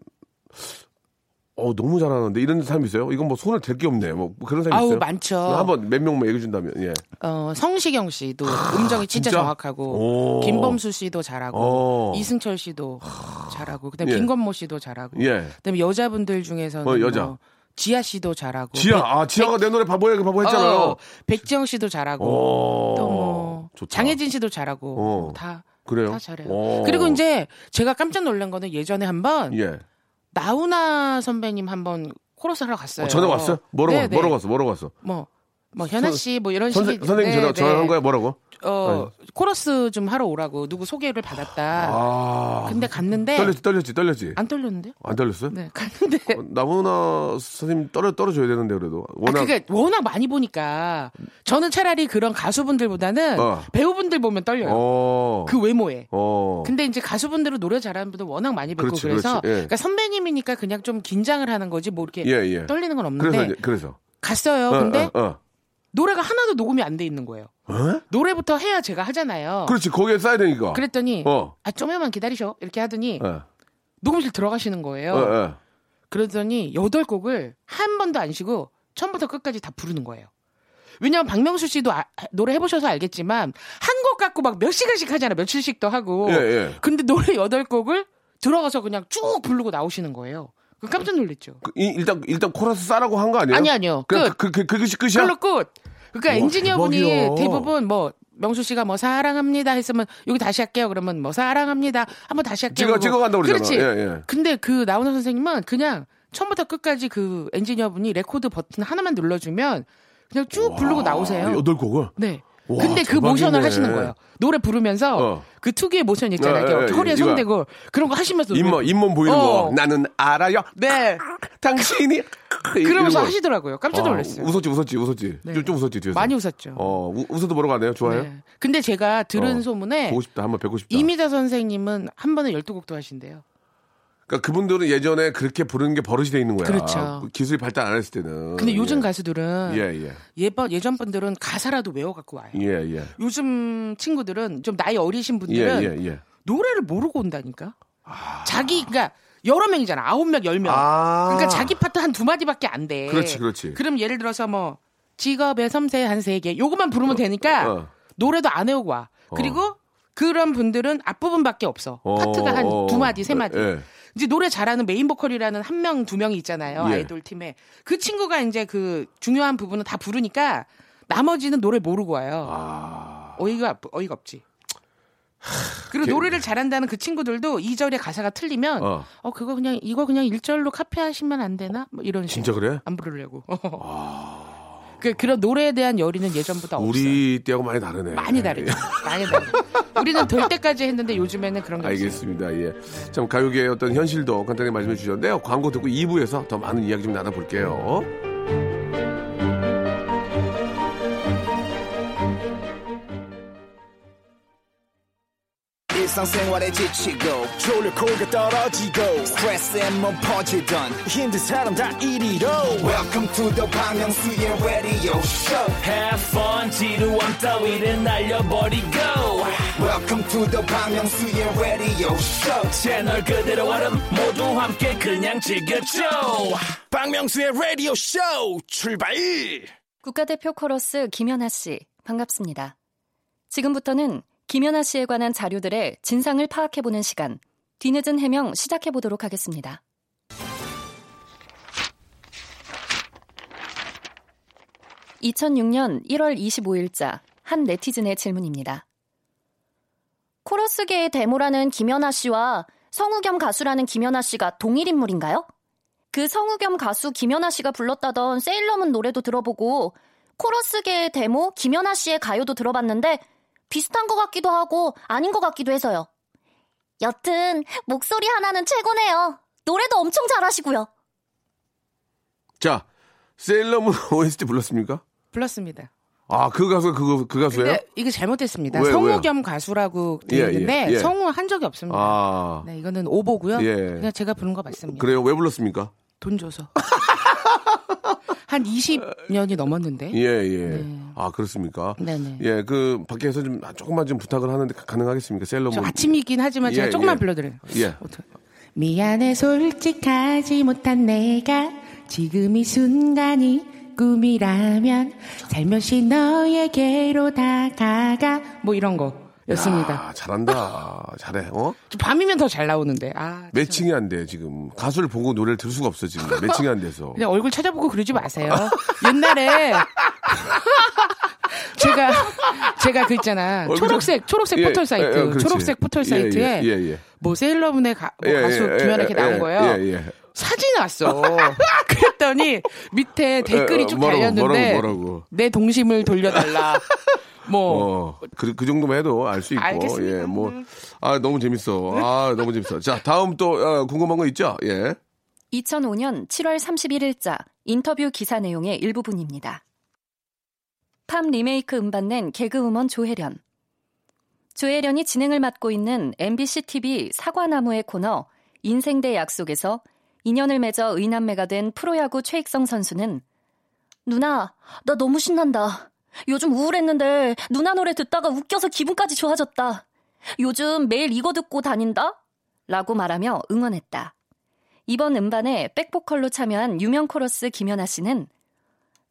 Speaker 3: 어 너무 잘하는데 이런 사람 있어요? 이건 뭐 손을 댈 게 없네. 뭐 그런 사람
Speaker 5: 아우,
Speaker 3: 있어요?
Speaker 5: 많죠.
Speaker 3: 한번 몇 명만 얘기해 준다면 예.
Speaker 5: 어, 성시경 씨도 음정이 진짜,
Speaker 3: 아, 진짜?
Speaker 5: 정확하고
Speaker 3: 오.
Speaker 5: 김범수 씨도 잘하고
Speaker 3: 어.
Speaker 5: 이승철 씨도 잘하고 그다음에
Speaker 3: 예.
Speaker 5: 김건모 씨도 잘하고
Speaker 3: 예.
Speaker 5: 그다음에 여자분들 중에서는
Speaker 3: 어, 여자.
Speaker 5: 뭐 지아 씨도 잘하고
Speaker 3: 지아, 아, 지아가 내 노래 바보야, 그 바보 했잖아요.
Speaker 5: 어, 백지영 씨도 잘하고
Speaker 3: 오,
Speaker 5: 어. 또 뭐
Speaker 3: 좋다.
Speaker 5: 장혜진 씨도 잘하고
Speaker 3: 어.
Speaker 5: 다
Speaker 3: 그래요?
Speaker 5: 다 잘해요.
Speaker 3: 오.
Speaker 5: 그리고 이제 네. 제가 깜짝 놀란 거는 예전에 한번
Speaker 3: 예.
Speaker 5: 나훈아 선배님 한번 코러스 하러 갔어요.
Speaker 3: 어, 전화 왔어요? 뭐라고,
Speaker 5: 네, 네.
Speaker 3: 뭐라고 왔어, 뭐라고 왔어.
Speaker 5: 뭐, 뭐 현아 씨 뭐 이런
Speaker 3: 선생,
Speaker 5: 식의-
Speaker 3: 선생님
Speaker 5: 네,
Speaker 3: 전화,
Speaker 5: 네.
Speaker 3: 전화한 거야, 뭐라고?
Speaker 5: 어, 코러스 좀 하러 오라고 누구 소개를 받았다.
Speaker 3: 아.
Speaker 5: 근데 갔는데
Speaker 3: 떨렸지, 떨렸지, 떨렸지.
Speaker 5: 안 떨렸는데요?
Speaker 3: 안 떨렸어요?
Speaker 5: 네, 갔는데
Speaker 3: 어, 나무나 선생님 떨어, 떨어져야 되는데, 그래도.
Speaker 5: 아,
Speaker 3: 워낙.
Speaker 5: 그게 워낙 많이 보니까 저는 차라리 그런 가수분들보다는
Speaker 3: 어.
Speaker 5: 배우분들 보면 떨려요.
Speaker 3: 어.
Speaker 5: 그 외모에.
Speaker 3: 어.
Speaker 5: 근데 이제 가수분들은 노래 잘하는 분들 워낙 많이 뵙고
Speaker 3: 그렇지,
Speaker 5: 그래서
Speaker 3: 그렇지, 예.
Speaker 5: 그러니까 선배님이니까 그냥 좀 긴장을 하는 거지 뭐 이렇게
Speaker 3: 예, 예.
Speaker 5: 떨리는 건
Speaker 3: 그래서,
Speaker 5: 없는데
Speaker 3: 이제, 그래서.
Speaker 5: 갔어요.
Speaker 3: 어,
Speaker 5: 근데
Speaker 3: 어, 어.
Speaker 5: 노래가 하나도 녹음이 안 돼 있는 거예요.
Speaker 3: 어?
Speaker 5: 노래부터 해야 제가 하잖아요.
Speaker 3: 그렇지, 거기에 쌓여야 되니까.
Speaker 5: 랬더니
Speaker 3: 어.
Speaker 5: 아 좀만 기다리셔 이렇게 하더니
Speaker 3: 예.
Speaker 5: 녹음실 들어가시는 거예요.
Speaker 3: 어, 어.
Speaker 5: 그러더니 여덟 곡을 한 번도 안 쉬고 처음부터 끝까지 다 부르는 거예요. 왜냐면 박명수 씨도 아- 노래 해보셔서 알겠지만 한 곡 갖고 막 몇 시간씩 하잖아, 며칠씩도 하고.
Speaker 3: 예, 예.
Speaker 5: 근데 노래 여덟 곡을 들어가서 그냥 쭉 부르고 나오시는 거예요. 그 깜짝 놀랐죠.
Speaker 3: 그, 이- 일단, 일단 코러스 싸라고 한 거 아니에요?
Speaker 5: 아니, 아니요.
Speaker 3: 그냥
Speaker 5: 끝.
Speaker 3: 그, 그, 그, 그것이 끝이야?
Speaker 5: 그걸로 끝. 그러니까
Speaker 3: 우와,
Speaker 5: 엔지니어분이
Speaker 3: 대박이야.
Speaker 5: 대부분 뭐 명수 씨가 뭐 사랑합니다 했으면 여기 다시 할게요. 그러면 뭐 사랑합니다. 한번 다시 할게요.
Speaker 3: 찍어-
Speaker 5: 그러고.
Speaker 3: 찍어간다고 그러잖아.
Speaker 5: 그렇지.
Speaker 3: 예, 예.
Speaker 5: 근데 그 나훈아 선생님은 그냥 처음부터 끝까지 그 엔지니어분이 레코드 버튼 하나만 눌러주면 그냥 쭉 부르고 나오세요.
Speaker 3: 여덟 곡을?
Speaker 5: 네.
Speaker 3: 와,
Speaker 5: 근데 그
Speaker 3: 대박이네.
Speaker 5: 모션을 하시는 거예요. 노래 부르면서
Speaker 3: 어.
Speaker 5: 그 특유의 모션 있잖아요.
Speaker 3: 예,
Speaker 5: 이렇게
Speaker 3: 예,
Speaker 5: 어깨 허리에
Speaker 3: 이거.
Speaker 5: 손 대고 그런 거 하시면서
Speaker 3: 잇몸,
Speaker 5: 노래-
Speaker 3: 잇몸 보이는
Speaker 5: 어.
Speaker 3: 거. 나는 알아요.
Speaker 5: 네.
Speaker 3: 당신이. 이런
Speaker 5: 그러면서
Speaker 3: 거.
Speaker 5: 하시더라고요. 깜짝 놀랐어요. 네.
Speaker 3: 아, 웃었지, 웃었지, 웃었지. 좀, 좀 웃었지, 뒤에서.
Speaker 5: 많이 웃었죠.
Speaker 3: 어, 우- 웃어도 보러 가네요. 좋아요?
Speaker 5: 네. 근데 제가 들은
Speaker 3: 어,
Speaker 5: 소문에
Speaker 3: 보고 싶다, 한번 뵙고 싶다.
Speaker 5: 이미자 선생님은 한 번에 12곡도 하신대요.
Speaker 3: 그러니까 그분들은 예전에 그렇게 부르는 게 버릇이 돼 있는 거야.
Speaker 5: 그렇죠.
Speaker 3: 그 기술이 발달 안 했을 때는.
Speaker 5: 근데 요즘
Speaker 3: 예.
Speaker 5: 가수들은
Speaker 3: 예, 예.
Speaker 5: 예전, 예전 분들은 가사라도 외워갖고 와요.
Speaker 3: 예, 예.
Speaker 5: 요즘 친구들은 좀 나이 어리신
Speaker 3: 예,
Speaker 5: 분들은
Speaker 3: 예, 예.
Speaker 5: 노래를 모르고 온다니까? 자기, 그러니까 여러 명이잖아. 아홉 명, 열 명.
Speaker 3: 아.
Speaker 5: 그러니까 자기 파트 한 두 마디밖에 안 돼.
Speaker 3: 그렇지, 그렇지.
Speaker 5: 그럼 예를 들어서 뭐 직업의 섬세한 세계 요것만 부르면 되니까
Speaker 3: 어.
Speaker 5: 노래도 안 외우고 와. 그리고 그런 분들은 앞부분밖에 없어.
Speaker 3: 어,
Speaker 5: 파트가 한
Speaker 3: 어,
Speaker 5: 두 마디, 세
Speaker 3: 예,
Speaker 5: 마디.
Speaker 3: 예.
Speaker 5: 이제 노래 잘하는 메인 보컬이라는 한 명, 두 명이 있잖아요.
Speaker 3: 예.
Speaker 5: 아이돌 팀에. 그 친구가 이제 그 중요한 부분은 다 부르니까 나머지는 노래 모르고 와요. 어이가, 아프- 어이가 없지. 그리고 노래를 잘한다는 그 친구들도 이절의 가사가 틀리면
Speaker 3: 어.
Speaker 5: 어. 그거 그냥 이거 그냥 일절로 카피하시면 안 되나? 뭐 이런 식으로.
Speaker 3: 진짜 그래? 아.
Speaker 5: 안 부르려고. 그 그런 노래에 대한 열의는 예전보다 없어요.
Speaker 3: 우리 때하고 많이 다르네.
Speaker 5: 많이 다르죠. 많이 다르죠. 우리는 될 때까지 했는데 요즘에는 그런 게 없어요.
Speaker 3: 알겠습니다. 예. 참 가요계의 어떤 현실도 간단히 말씀해 주셨는데요. 광고 듣고 2부에서 더 많은 이야기 좀 나눠볼게요.
Speaker 6: 일상생활에 지치고, 졸려 코가 떨어지고, 스트레스에 몸 퍼지던,
Speaker 1: 힘든 사람 다 이리로
Speaker 6: welcome to the Bang Myung-soo's radio show
Speaker 2: Have fun 지루함 따위를 날려버리고
Speaker 6: welcome to the Bang Myung-soo's radio show
Speaker 2: 채널 그대로 얼음 모두 함께 그냥 즐겨줘
Speaker 1: 박명수의 라디오 쇼 출발
Speaker 7: 국가대표 코러스 김연아 씨, 반갑습니다. 지금부터는 김연아 씨에 관한 자료들의 진상을 파악해보는 시간, 뒤늦은 해명 시작해보도록 하겠습니다. (2006년 1월 25일자) 한 네티즌의 질문입니다. 코러스계의 데모라는 김연아 씨와 성우 겸 가수라는 김연아 씨가 동일 인물인가요? 그 성우 겸 가수 김연아 씨가 불렀다던 세일러문 노래도 들어보고 코러스계의 데모 김연아 씨의 가요도 들어봤는데 비슷한 것 같기도 하고 아닌 것 같기도 해서요. 여튼 목소리 하나는 최고네요. 노래도 엄청 잘하시고요.
Speaker 3: 자, 세일러문 OST 불렀습니까?
Speaker 5: 불렀습니다.
Speaker 3: 아, 그 가수, 그거, 그 가수예요?
Speaker 5: 근데 이게 잘못됐습니다.
Speaker 3: 왜요,
Speaker 5: 성우
Speaker 3: 왜요?
Speaker 5: 겸 가수라고
Speaker 3: 예,
Speaker 5: 되어 있는데
Speaker 3: 예, 예.
Speaker 5: 성우 한 적이 없습니다.
Speaker 3: 아,
Speaker 5: 네, 이거는 오보고요.
Speaker 3: 예.
Speaker 5: 그냥 제가 부른 거 맞습니다.
Speaker 3: 그래요? 왜 불렀습니까?
Speaker 5: 돈 줘서. 한 20년이 넘었는데.
Speaker 3: 예, 예. 아, 그렇습니까?
Speaker 5: 네. 네네.
Speaker 3: 예, 그, 밖에서 좀, 조금만 좀 부탁을 하는데 가- 가능하겠습니까? 세일러문.
Speaker 5: 저 아침이긴 하지만 제가
Speaker 3: 뭐. 예,
Speaker 5: 조금만
Speaker 3: 예.
Speaker 5: 불러드려요.
Speaker 3: 예.
Speaker 5: 어떡해. 미안해 솔직하지 못한 내가 지금 이 순간이 꿈이라면 살며시 너에게로 다가가 뭐 이런 거였습니다.
Speaker 3: 아, 잘한다. 잘해. 어?
Speaker 5: 저 밤이면 더 잘 나오는데. 아, 진짜.
Speaker 3: 매칭이 안 돼, 지금. 가수를 보고 노래를 들을 수가 없어, 지금. 매칭이 안 돼서.
Speaker 5: 그냥 얼굴 찾아보고 그러지 마세요. 옛날에 제가 제가 그 있잖아
Speaker 3: 얼굴
Speaker 5: 초록색 초록색
Speaker 3: 예,
Speaker 5: 포털 사이트
Speaker 3: 예, 예, 그렇지.
Speaker 5: 초록색 포털
Speaker 3: 예,
Speaker 5: 사이트에
Speaker 3: 예, 예, 예.
Speaker 5: 뭐 세일러문의 가, 뭐
Speaker 3: 예, 예,
Speaker 5: 가수
Speaker 3: 예,
Speaker 5: 김연아 이렇게
Speaker 3: 예,
Speaker 5: 나온
Speaker 3: 예,
Speaker 5: 거예요.
Speaker 3: 예, 예.
Speaker 5: 사진이 왔어. 그랬더니 밑에 댓글이 쭉
Speaker 3: 어, 뭐라고,
Speaker 5: 달렸는데
Speaker 3: 뭐라고, 뭐라고.
Speaker 5: 내 동심을 돌려달라. 뭐
Speaker 3: 어, 그, 그 정도만 해도 알 수 있고.
Speaker 5: 알겠습니다. 음.
Speaker 3: 예, 뭐. 아, 너무 재밌어. 아, 너무 재밌어. 자, 다음 또, 어, 궁금한 거 있죠? 예.
Speaker 7: 2005년 7월 31일자 인터뷰 기사 내용의 일부분입니다. 팝 리메이크 음반 낸 개그우먼 조혜련. 조혜련이 진행을 맡고 있는 MBC TV 사과나무의 코너 인생 대 약속에서 인연을 맺어 의남매가 된 프로야구 최익성 선수는 누나, 나 너무 신난다. 요즘 우울했는데 누나 노래 듣다가 웃겨서 기분까지 좋아졌다. 요즘 매일 이거 듣고 다닌다? 라고 말하며 응원했다. 이번 음반에 백보컬로 참여한 유명 코러스 김연아 씨는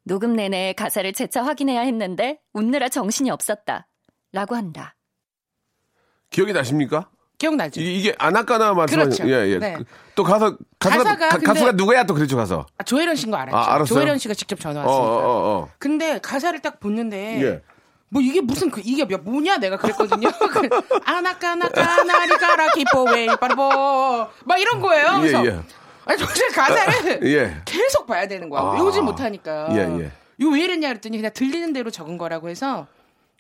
Speaker 7: 녹음 내내 가사를 재차 확인해야 했는데 웃느라 정신이 없었다. 라고 한다.
Speaker 3: 기억이 나십니까?
Speaker 5: 기억나죠?
Speaker 3: 이게, 이게 아나까나 말씀하신
Speaker 5: 그렇죠.
Speaker 3: 예, 예.
Speaker 5: 네.
Speaker 3: 그- 또 가서 가수가
Speaker 5: 가사가
Speaker 3: 가,
Speaker 5: 근데-
Speaker 3: 수가 누구야 또 그랬죠 가서.
Speaker 5: 아, 조혜련 씨인 거 알았죠?
Speaker 3: 아, 알았어요?
Speaker 5: 조혜련 씨가 직접 전화
Speaker 3: 어어어
Speaker 5: 왔으니까.
Speaker 3: 어. 어, 어.
Speaker 5: 근데 가사를 딱 봤는데
Speaker 3: 예.
Speaker 5: 뭐 이게 무슨 그 이게 몇- 뭐냐 내가 그랬거든요. 아나까나까나리가라 기포웨이 빠르보 막 이런 거예요.
Speaker 3: 예,
Speaker 5: 그래서
Speaker 3: 예.
Speaker 5: 아니 도대체 가사를
Speaker 3: 예.
Speaker 5: 계속 봐야 되는 거야.
Speaker 3: 아.
Speaker 5: 외우지 못하니까.
Speaker 3: 예, 예.
Speaker 5: 이거 왜 이랬냐 그랬더니 그냥 들리는 대로 적은 거라고 해서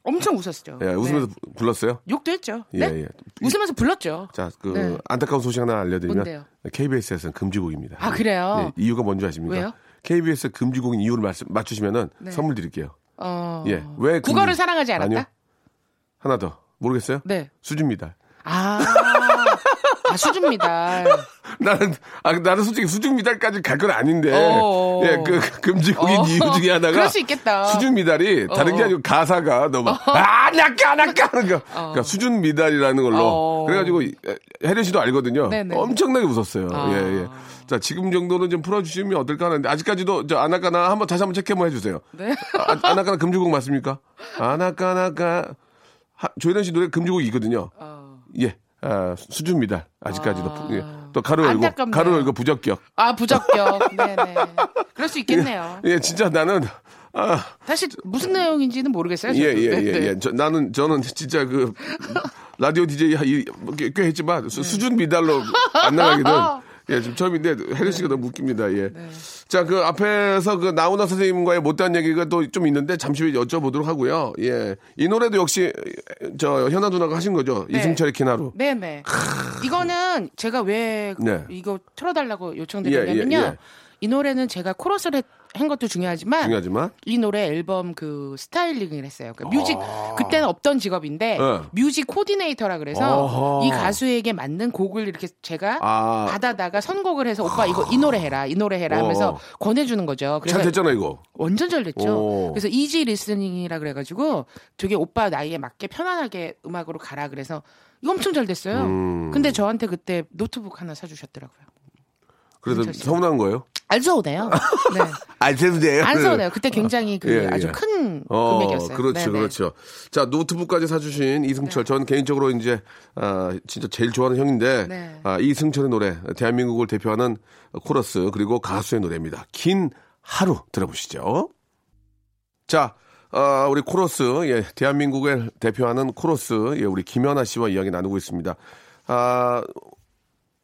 Speaker 5: 엄청 웃었죠.
Speaker 3: 예, 웃으면서 부- 불렀어요.
Speaker 5: 네. 욕도 했죠.
Speaker 3: 예,
Speaker 5: 네?
Speaker 3: 예.
Speaker 5: 웃으면서 불렀죠.
Speaker 3: 자, 그
Speaker 5: 네.
Speaker 3: 안타까운 소식 하나 알려드리면
Speaker 5: 뭔데요?
Speaker 3: KBS에서는 금지곡입니다.
Speaker 5: 아, 그래요?
Speaker 3: 예, 이유가 뭔지 아십니까?
Speaker 5: 왜요? 네.
Speaker 3: KBS 금지곡인 이유를 말씀, 맞추시면은 선물 드릴게요.
Speaker 5: 어.
Speaker 3: 예. 왜 금지-
Speaker 5: 국어를 사랑하지 않았다?
Speaker 3: 아니요. 하나 더 모르겠어요?
Speaker 5: 네.
Speaker 3: 수줍니다.
Speaker 5: 아. 수준 미달.
Speaker 3: 나는 아 나는 솔직히 수중 미달까지 갈 건 아닌데
Speaker 5: 어어.
Speaker 3: 예 그 금지곡인
Speaker 5: 어.
Speaker 3: 이유 중에 하나가
Speaker 5: 그럴 수 있겠다.
Speaker 3: 수중 미달이 다른 게
Speaker 5: 어어.
Speaker 3: 아니고 가사가 너무 아 나까 나까 그러니까, 그러니까 수준 미달이라는 걸로
Speaker 5: 어.
Speaker 3: 그래가지고 혜련 씨도 알거든요
Speaker 5: 네네.
Speaker 3: 엄청나게 웃었어요
Speaker 5: 아.
Speaker 3: 예 예. 자 지금 정도는 좀 풀어주시면 어떨까 하는데 아직까지도 저 아나까나 한번 다시 한번 체크 한번 해주세요
Speaker 5: 네.
Speaker 3: 아, 아나까나 금지곡 맞습니까 아나까나까 하- 조혜련 씨 노래 금지곡이 있거든요
Speaker 5: 어.
Speaker 3: 예, 아, 수줍니다. 아직까지도
Speaker 5: 아.
Speaker 3: 부- 예. 또 가로 열고
Speaker 5: 안타깝네요.
Speaker 3: 가로 열고 부적격.
Speaker 5: 아 부적격. 네네. 그럴 수 있겠네요.
Speaker 3: 예, 진짜 나는 아,
Speaker 5: 사실 무슨 내용인지는 모르겠어요.
Speaker 3: 예,
Speaker 5: 저도.
Speaker 3: 예,
Speaker 5: 네,
Speaker 3: 예,
Speaker 5: 네.
Speaker 3: 예. 저, 나는 저는 진짜 그 라디오 DJ 하- 이- 뭐, 꽤, 꽤 했지만
Speaker 5: 네.
Speaker 3: 수, 준 미달로 안 나가기는 예, 지금 처음인데 혜린 씨가 너무 웃깁니다. 예.
Speaker 5: 네.
Speaker 3: 자, 그 앞에서 그 나훈아 선생님과의 못다한 얘기가 또 좀 있는데 잠시 후에 여쭤보도록 하고요. 예. 이 노래도 역시 저 현아 누나가 하신 거죠.
Speaker 5: 네.
Speaker 3: 이승철의 키나루.
Speaker 5: 네네. 이거는 제가 왜
Speaker 3: 네.
Speaker 5: 이거 틀어달라고
Speaker 3: 예,
Speaker 5: 요청드렸냐면요.
Speaker 3: 예, 예.
Speaker 5: 이 노래는 제가 코러스를 했- 한 것도 중요하지만
Speaker 3: 중요하지만
Speaker 5: 이 노래 앨범 그 스타일링을 했어요. 그 뮤직
Speaker 3: 아.
Speaker 5: 그때는 없던 직업인데
Speaker 3: 네.
Speaker 5: 뮤직 코디네이터라 그래서
Speaker 3: 어허.
Speaker 5: 이 가수에게 맞는 곡을 이렇게 제가
Speaker 3: 아.
Speaker 5: 받아다가 선곡을 해서 오빠 이거 이 노래 해라 이 노래 해라
Speaker 3: 어.
Speaker 5: 하면서 권해주는
Speaker 3: 잘
Speaker 5: 거죠. 그래서
Speaker 3: 됐잖아 이거.
Speaker 5: 완전 잘 됐죠.
Speaker 3: 오.
Speaker 5: 그래서 이지 리스닝이라 그래가지고 되게 오빠 나이에 맞게 편안하게 음악으로 가라 그래서 이거 엄청 잘 됐어요.
Speaker 3: 음.
Speaker 5: 근데 저한테 그때 노트북 하나 사주셨더라고요.
Speaker 3: 그래서
Speaker 5: 승철 씨.
Speaker 3: 서운한 거예요?
Speaker 5: 안 서운해요. 네.
Speaker 3: 안 써도 돼요.
Speaker 5: 안 서운해요. 그때 굉장히 그
Speaker 3: 예,
Speaker 5: 아주
Speaker 3: 예.
Speaker 5: 큰
Speaker 3: 어,
Speaker 5: 금액이었어요.
Speaker 3: 그렇죠,
Speaker 5: 네네. 네.
Speaker 3: 그렇죠. 자, 노트북까지 사주신 이승철. 전 개인적으로 이제, 아, 진짜 제일 좋아하는 형인데,
Speaker 5: 네.
Speaker 3: 아, 이승철의 노래, 대한민국을 대표하는 코러스, 그리고 가수의 노래입니다. 긴 하루 들어보시죠. 자, 아, 우리 코러스, 예, 대한민국을 대표하는 코러스, 예, 우리 김연아 씨와 이야기 나누고 있습니다. 아,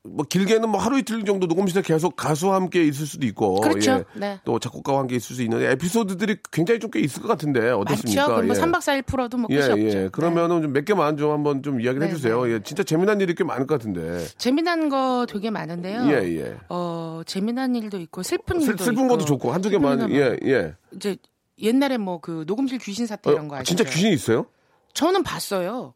Speaker 3: 뭐 길게는 뭐 하루 이틀 정도 녹음실에 계속 가수와 함께 있을 수도 있고
Speaker 5: 그렇죠.
Speaker 3: 예,
Speaker 5: 네.
Speaker 3: 또 작곡가와 함께 있을 수 있는 에피소드들이 굉장히 좀 꽤 있을 것 같은데 어떻습니까?
Speaker 5: 맞죠. 그럼 뭐
Speaker 3: 예.
Speaker 5: 3박 4일 풀어도 뭐
Speaker 3: 예,
Speaker 5: 끝이 없죠.
Speaker 3: 예. 그러면은 좀 몇 개만 좀 한번 좀 이야기를
Speaker 5: 네,
Speaker 3: 해주세요. 예, 진짜 재미난 일이 꽤 많을 것 같은데.
Speaker 5: 네. 재미난 거 되게 많은데요.
Speaker 3: 예, 예.
Speaker 5: 어, 재미난 일도 있고 슬픈
Speaker 3: 슬,
Speaker 5: 일도
Speaker 3: 슬픈
Speaker 5: 있고.
Speaker 3: 것도 좋고 한두 개만
Speaker 5: 슬픈
Speaker 3: 예,
Speaker 5: 일만
Speaker 3: 예.
Speaker 5: 이제 옛날에 뭐 그 녹음실 귀신 사태 이런 거
Speaker 3: 어,
Speaker 5: 아시죠?
Speaker 3: 진짜 귀신이 있어요?
Speaker 5: 저는 봤어요.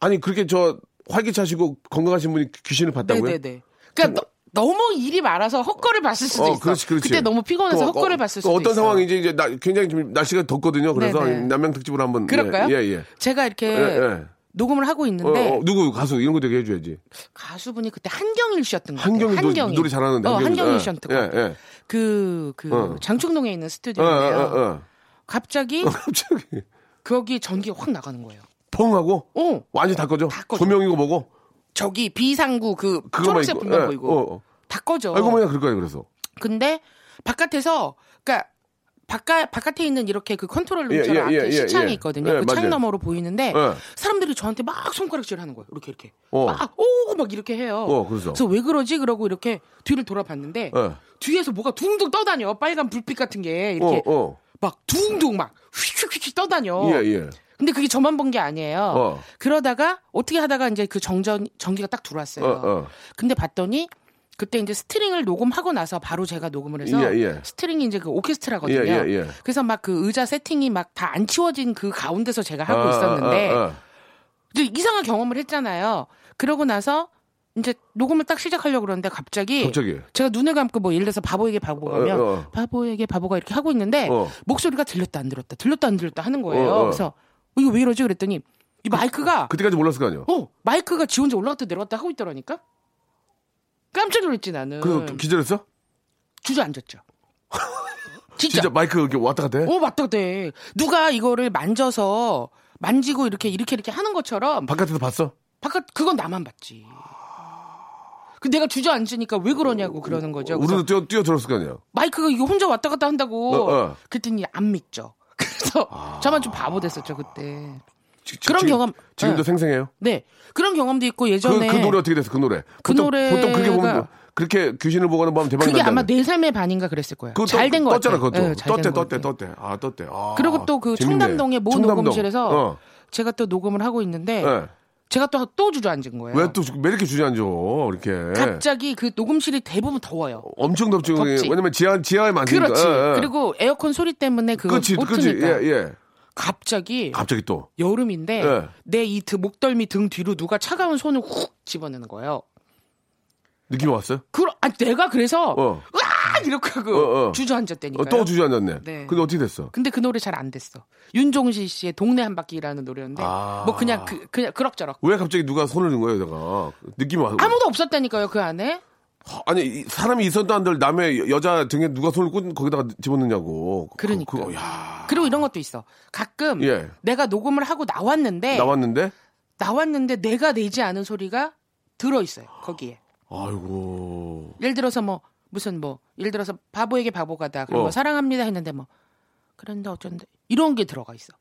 Speaker 3: 아니 그렇게 저 활기차시고 건강하신 분이 귀- 귀신을 봤다고요?
Speaker 5: 네네네. 그러니까 너, 무 일이 많아서 헛걸을 봤을 수도
Speaker 3: 어,
Speaker 5: 있어.
Speaker 3: 그렇지, 그렇지.
Speaker 5: 때 너무 피곤해서
Speaker 3: 또
Speaker 5: 헛걸을
Speaker 3: 어,
Speaker 5: 봤을
Speaker 3: 또
Speaker 5: 수도
Speaker 3: 어떤
Speaker 5: 있어.
Speaker 3: 상황인지 이제 나, 굉장히 지금 날씨가 덥거든요. 그래서
Speaker 5: 네, 네.
Speaker 3: 남양 특집으로 한번
Speaker 5: 그럴까요?
Speaker 3: 예, 예.
Speaker 5: 제가 이렇게
Speaker 3: 예, 예.
Speaker 5: 녹음을 하고
Speaker 3: 어,
Speaker 5: 있는데
Speaker 3: 어, 누구 가수 이런 거 되게 해줘야지.
Speaker 5: 가수분이 그때 한경일 씨였던 것 같아요.
Speaker 3: 한경이 노- 노래 잘하는데.
Speaker 5: 어, 한경일
Speaker 3: 예,
Speaker 5: 씨였던 것
Speaker 3: 예,
Speaker 5: 같아요.
Speaker 3: 예.
Speaker 5: 그, 그
Speaker 3: 어.
Speaker 5: 장충동에 있는
Speaker 3: 어,
Speaker 5: 스튜디오인데요.
Speaker 3: 어, 어,
Speaker 5: 갑자기
Speaker 3: 어. 갑자기
Speaker 5: 거기 전기가 확 나가는 거예요.
Speaker 3: 펑 하고
Speaker 5: 어,
Speaker 3: 완전 다 꺼져.
Speaker 5: 다 꺼져.
Speaker 3: 조명이고 뭐고
Speaker 5: 저기 비상구 그
Speaker 3: 그거만
Speaker 5: 초록색
Speaker 3: 있고.
Speaker 5: 분만
Speaker 3: 예,
Speaker 5: 보이고
Speaker 3: 어, 어.
Speaker 5: 다 꺼져.
Speaker 3: 알고 보니까 그럴 거예요. 그래서
Speaker 5: 근데 바깥에서 그러니까 바깥 바깥에 있는 이렇게 그 컨트롤
Speaker 3: 예,
Speaker 5: 룸처럼
Speaker 3: 예, 예,
Speaker 5: 앞에
Speaker 3: 예,
Speaker 5: 시창이
Speaker 3: 예.
Speaker 5: 있거든요.
Speaker 3: 예,
Speaker 5: 그 창
Speaker 3: 맞아요.
Speaker 5: 너머로 보이는데
Speaker 3: 예.
Speaker 5: 사람들이 저한테 막 손가락질하는 거예요. 이렇게 이렇게
Speaker 3: 어.
Speaker 5: 막 오고 막 이렇게 해요.
Speaker 3: 어, 그래서.
Speaker 5: 왜 그러지? 그러고 이렇게 뒤를 돌아봤는데
Speaker 3: 예.
Speaker 5: 뒤에서 뭐가 둥둥 떠다녀. 빨간 불빛 같은 게
Speaker 3: 어,
Speaker 5: 이렇게 어.
Speaker 3: 어.
Speaker 5: 막 둥둥 막 휙휙휙 떠다녀.
Speaker 3: 예, 예.
Speaker 5: 근데 그게 저만 본 게 아니에요.
Speaker 3: 어.
Speaker 5: 그러다가 어떻게 하다가 이제 그 정전 전기가 딱 네, 들어왔어요.
Speaker 3: 어, 어.
Speaker 5: 근데 봤더니 그때 이제 스트링을 녹음하고 나서 바로 제가 녹음을 해서
Speaker 3: 예, 예.
Speaker 5: 스트링이 이제 그 오케스트라거든요.
Speaker 3: 예, 예, 예.
Speaker 5: 그래서 막 그 의자 세팅이 막 다 안 치워진 그 가운데서 제가 하고
Speaker 3: 아,
Speaker 5: 있었는데
Speaker 3: 아, 아, 아.
Speaker 5: 이제 이상한 경험을 했잖아요. 그러고 나서 이제 녹음을 딱 시작하려고 그러는데 갑자기,
Speaker 3: 갑자기.
Speaker 5: 제가 눈을 감고 뭐 예를 들어서 바보에게 바보가 하면
Speaker 3: 어, 어.
Speaker 5: 바보에게 바보가 이렇게 하고 있는데
Speaker 3: 어.
Speaker 5: 목소리가 들렸다 안 들렸다 들렸다 안 들렸다 하는 거예요.
Speaker 3: 어, 어.
Speaker 5: 그래서 어, 이거 왜 이러지 그랬더니 이 마이크가
Speaker 3: 그때까지 몰랐을 거 아니에요.
Speaker 5: 어 마이크가 지 혼자 올라갔다 내려갔다 하고 있더라니까 깜짝 놀랐지 나는
Speaker 3: 그래서 기절했어?
Speaker 5: 주저앉았죠 진짜,
Speaker 3: 진짜 마이크 이렇게 왔다 갔다 해?
Speaker 5: 어 맞다 돼 누가 이거를 만져서 만지고 이렇게 이렇게 이렇게 하는 것처럼
Speaker 3: 바깥에서 봤어?
Speaker 5: 바깥 그건 나만 봤지 그 내가 주저앉으니까 왜 그러냐고 그러는 거죠 그래서
Speaker 3: 어, 우리도 뛰어 뛰어 들었을 거 아니에요.
Speaker 5: 마이크가 이거 혼자 왔다 갔다 한다고
Speaker 3: 어, 아. 어.
Speaker 5: 그랬더니 안 믿죠 그래서 저만 좀 바보 됐었죠 그때
Speaker 3: 지- 지-
Speaker 5: 그런
Speaker 3: 지금-
Speaker 5: 경험
Speaker 3: 지금도
Speaker 5: 네.
Speaker 3: 생생해요.
Speaker 5: 네 그런 경험도 있고
Speaker 3: 그,
Speaker 5: 예전에
Speaker 3: 그 노래 어떻게 됐어? 그 노래.
Speaker 5: 그
Speaker 3: 보통,
Speaker 5: 노래가-
Speaker 3: 보통 그렇게 보면 뭐, 그렇게 귀신을 보거나 보면 대박
Speaker 5: 그게
Speaker 3: 난다.
Speaker 5: 아마 네 삶의 반인가 그랬을 거야.
Speaker 3: 그거
Speaker 5: 잘
Speaker 3: 떴-
Speaker 5: 된 거 같아.
Speaker 3: 떴잖아 그것도.
Speaker 5: 네, 잘된
Speaker 3: 떴대
Speaker 5: 것
Speaker 3: 떴대
Speaker 5: 같아.
Speaker 3: 떴대. 아 떴대. 아,
Speaker 5: 그리고 또 그
Speaker 3: 재밌네.
Speaker 5: 청담동의 모
Speaker 3: 청담동.
Speaker 5: 녹음실에서
Speaker 3: 어.
Speaker 5: 제가 또 녹음을 하고 있는데
Speaker 3: 예.
Speaker 5: 제가 또 또 주저앉은 거예요.
Speaker 3: 왜 또 네. 왜 이렇게 주저앉아 이렇게
Speaker 5: 갑자기 그 녹음실이 대부분 더워요.
Speaker 3: 엄청 덥죠
Speaker 5: 덥지.
Speaker 3: 왜냐면 지하 지하에 많으니까
Speaker 5: 그렇지.
Speaker 3: 어, 예, 예.
Speaker 5: 그리고 에어컨 소리 때문에 그거
Speaker 3: 그렇지
Speaker 5: 못
Speaker 3: 그렇지
Speaker 5: 트니까
Speaker 3: 예예
Speaker 5: 갑자기
Speaker 3: 갑자기 또
Speaker 5: 여름인데
Speaker 3: 예.
Speaker 5: 내 이 목덜미 등 뒤로 누가 차가운 손을 훅 집어내는 거예요.
Speaker 3: 느낌 왔어요?
Speaker 5: 그, 아, 내가 그래서,
Speaker 3: 어.
Speaker 5: 으아! 이렇게 하고
Speaker 3: 어, 어.
Speaker 5: 주저앉았다니까요.
Speaker 3: 어, 또 주저앉았네.
Speaker 5: 네.
Speaker 3: 근데 어떻게 됐어?
Speaker 5: 근데 그 노래 잘 안 됐어. 윤종신 씨의 동네 한 바퀴라는 노래였는데,
Speaker 3: 아.
Speaker 5: 뭐 그냥, 그, 그냥 그럭저럭.
Speaker 3: 왜 갑자기 누가 손을 든 거예요, 내가? 느낌이 와.
Speaker 5: 아무도 없었다니까요, 그 안에.
Speaker 3: 허, 아니, 이 사람이 있었다 한들 남의 여- 여자 등에 누가 손을 꽂 거기다가 집어넣냐고. 그-
Speaker 5: 그러니까.
Speaker 3: 그거, 야.
Speaker 5: 그리고 이런 것도 있어. 가끔
Speaker 3: 예.
Speaker 5: 내가 녹음을 하고 나왔는데,
Speaker 3: 나왔는데?
Speaker 5: 나왔는데 내가 내지 않은 소리가 들어있어요, 거기에.
Speaker 3: 아이고.
Speaker 5: 예를 들어서 뭐 무슨 뭐 예를 들어서 바보에게 바보가다 그리고
Speaker 3: 어.
Speaker 5: 뭐 사랑합니다 했는데 뭐 그런데 어쩐데 이런 게 들어가 있어.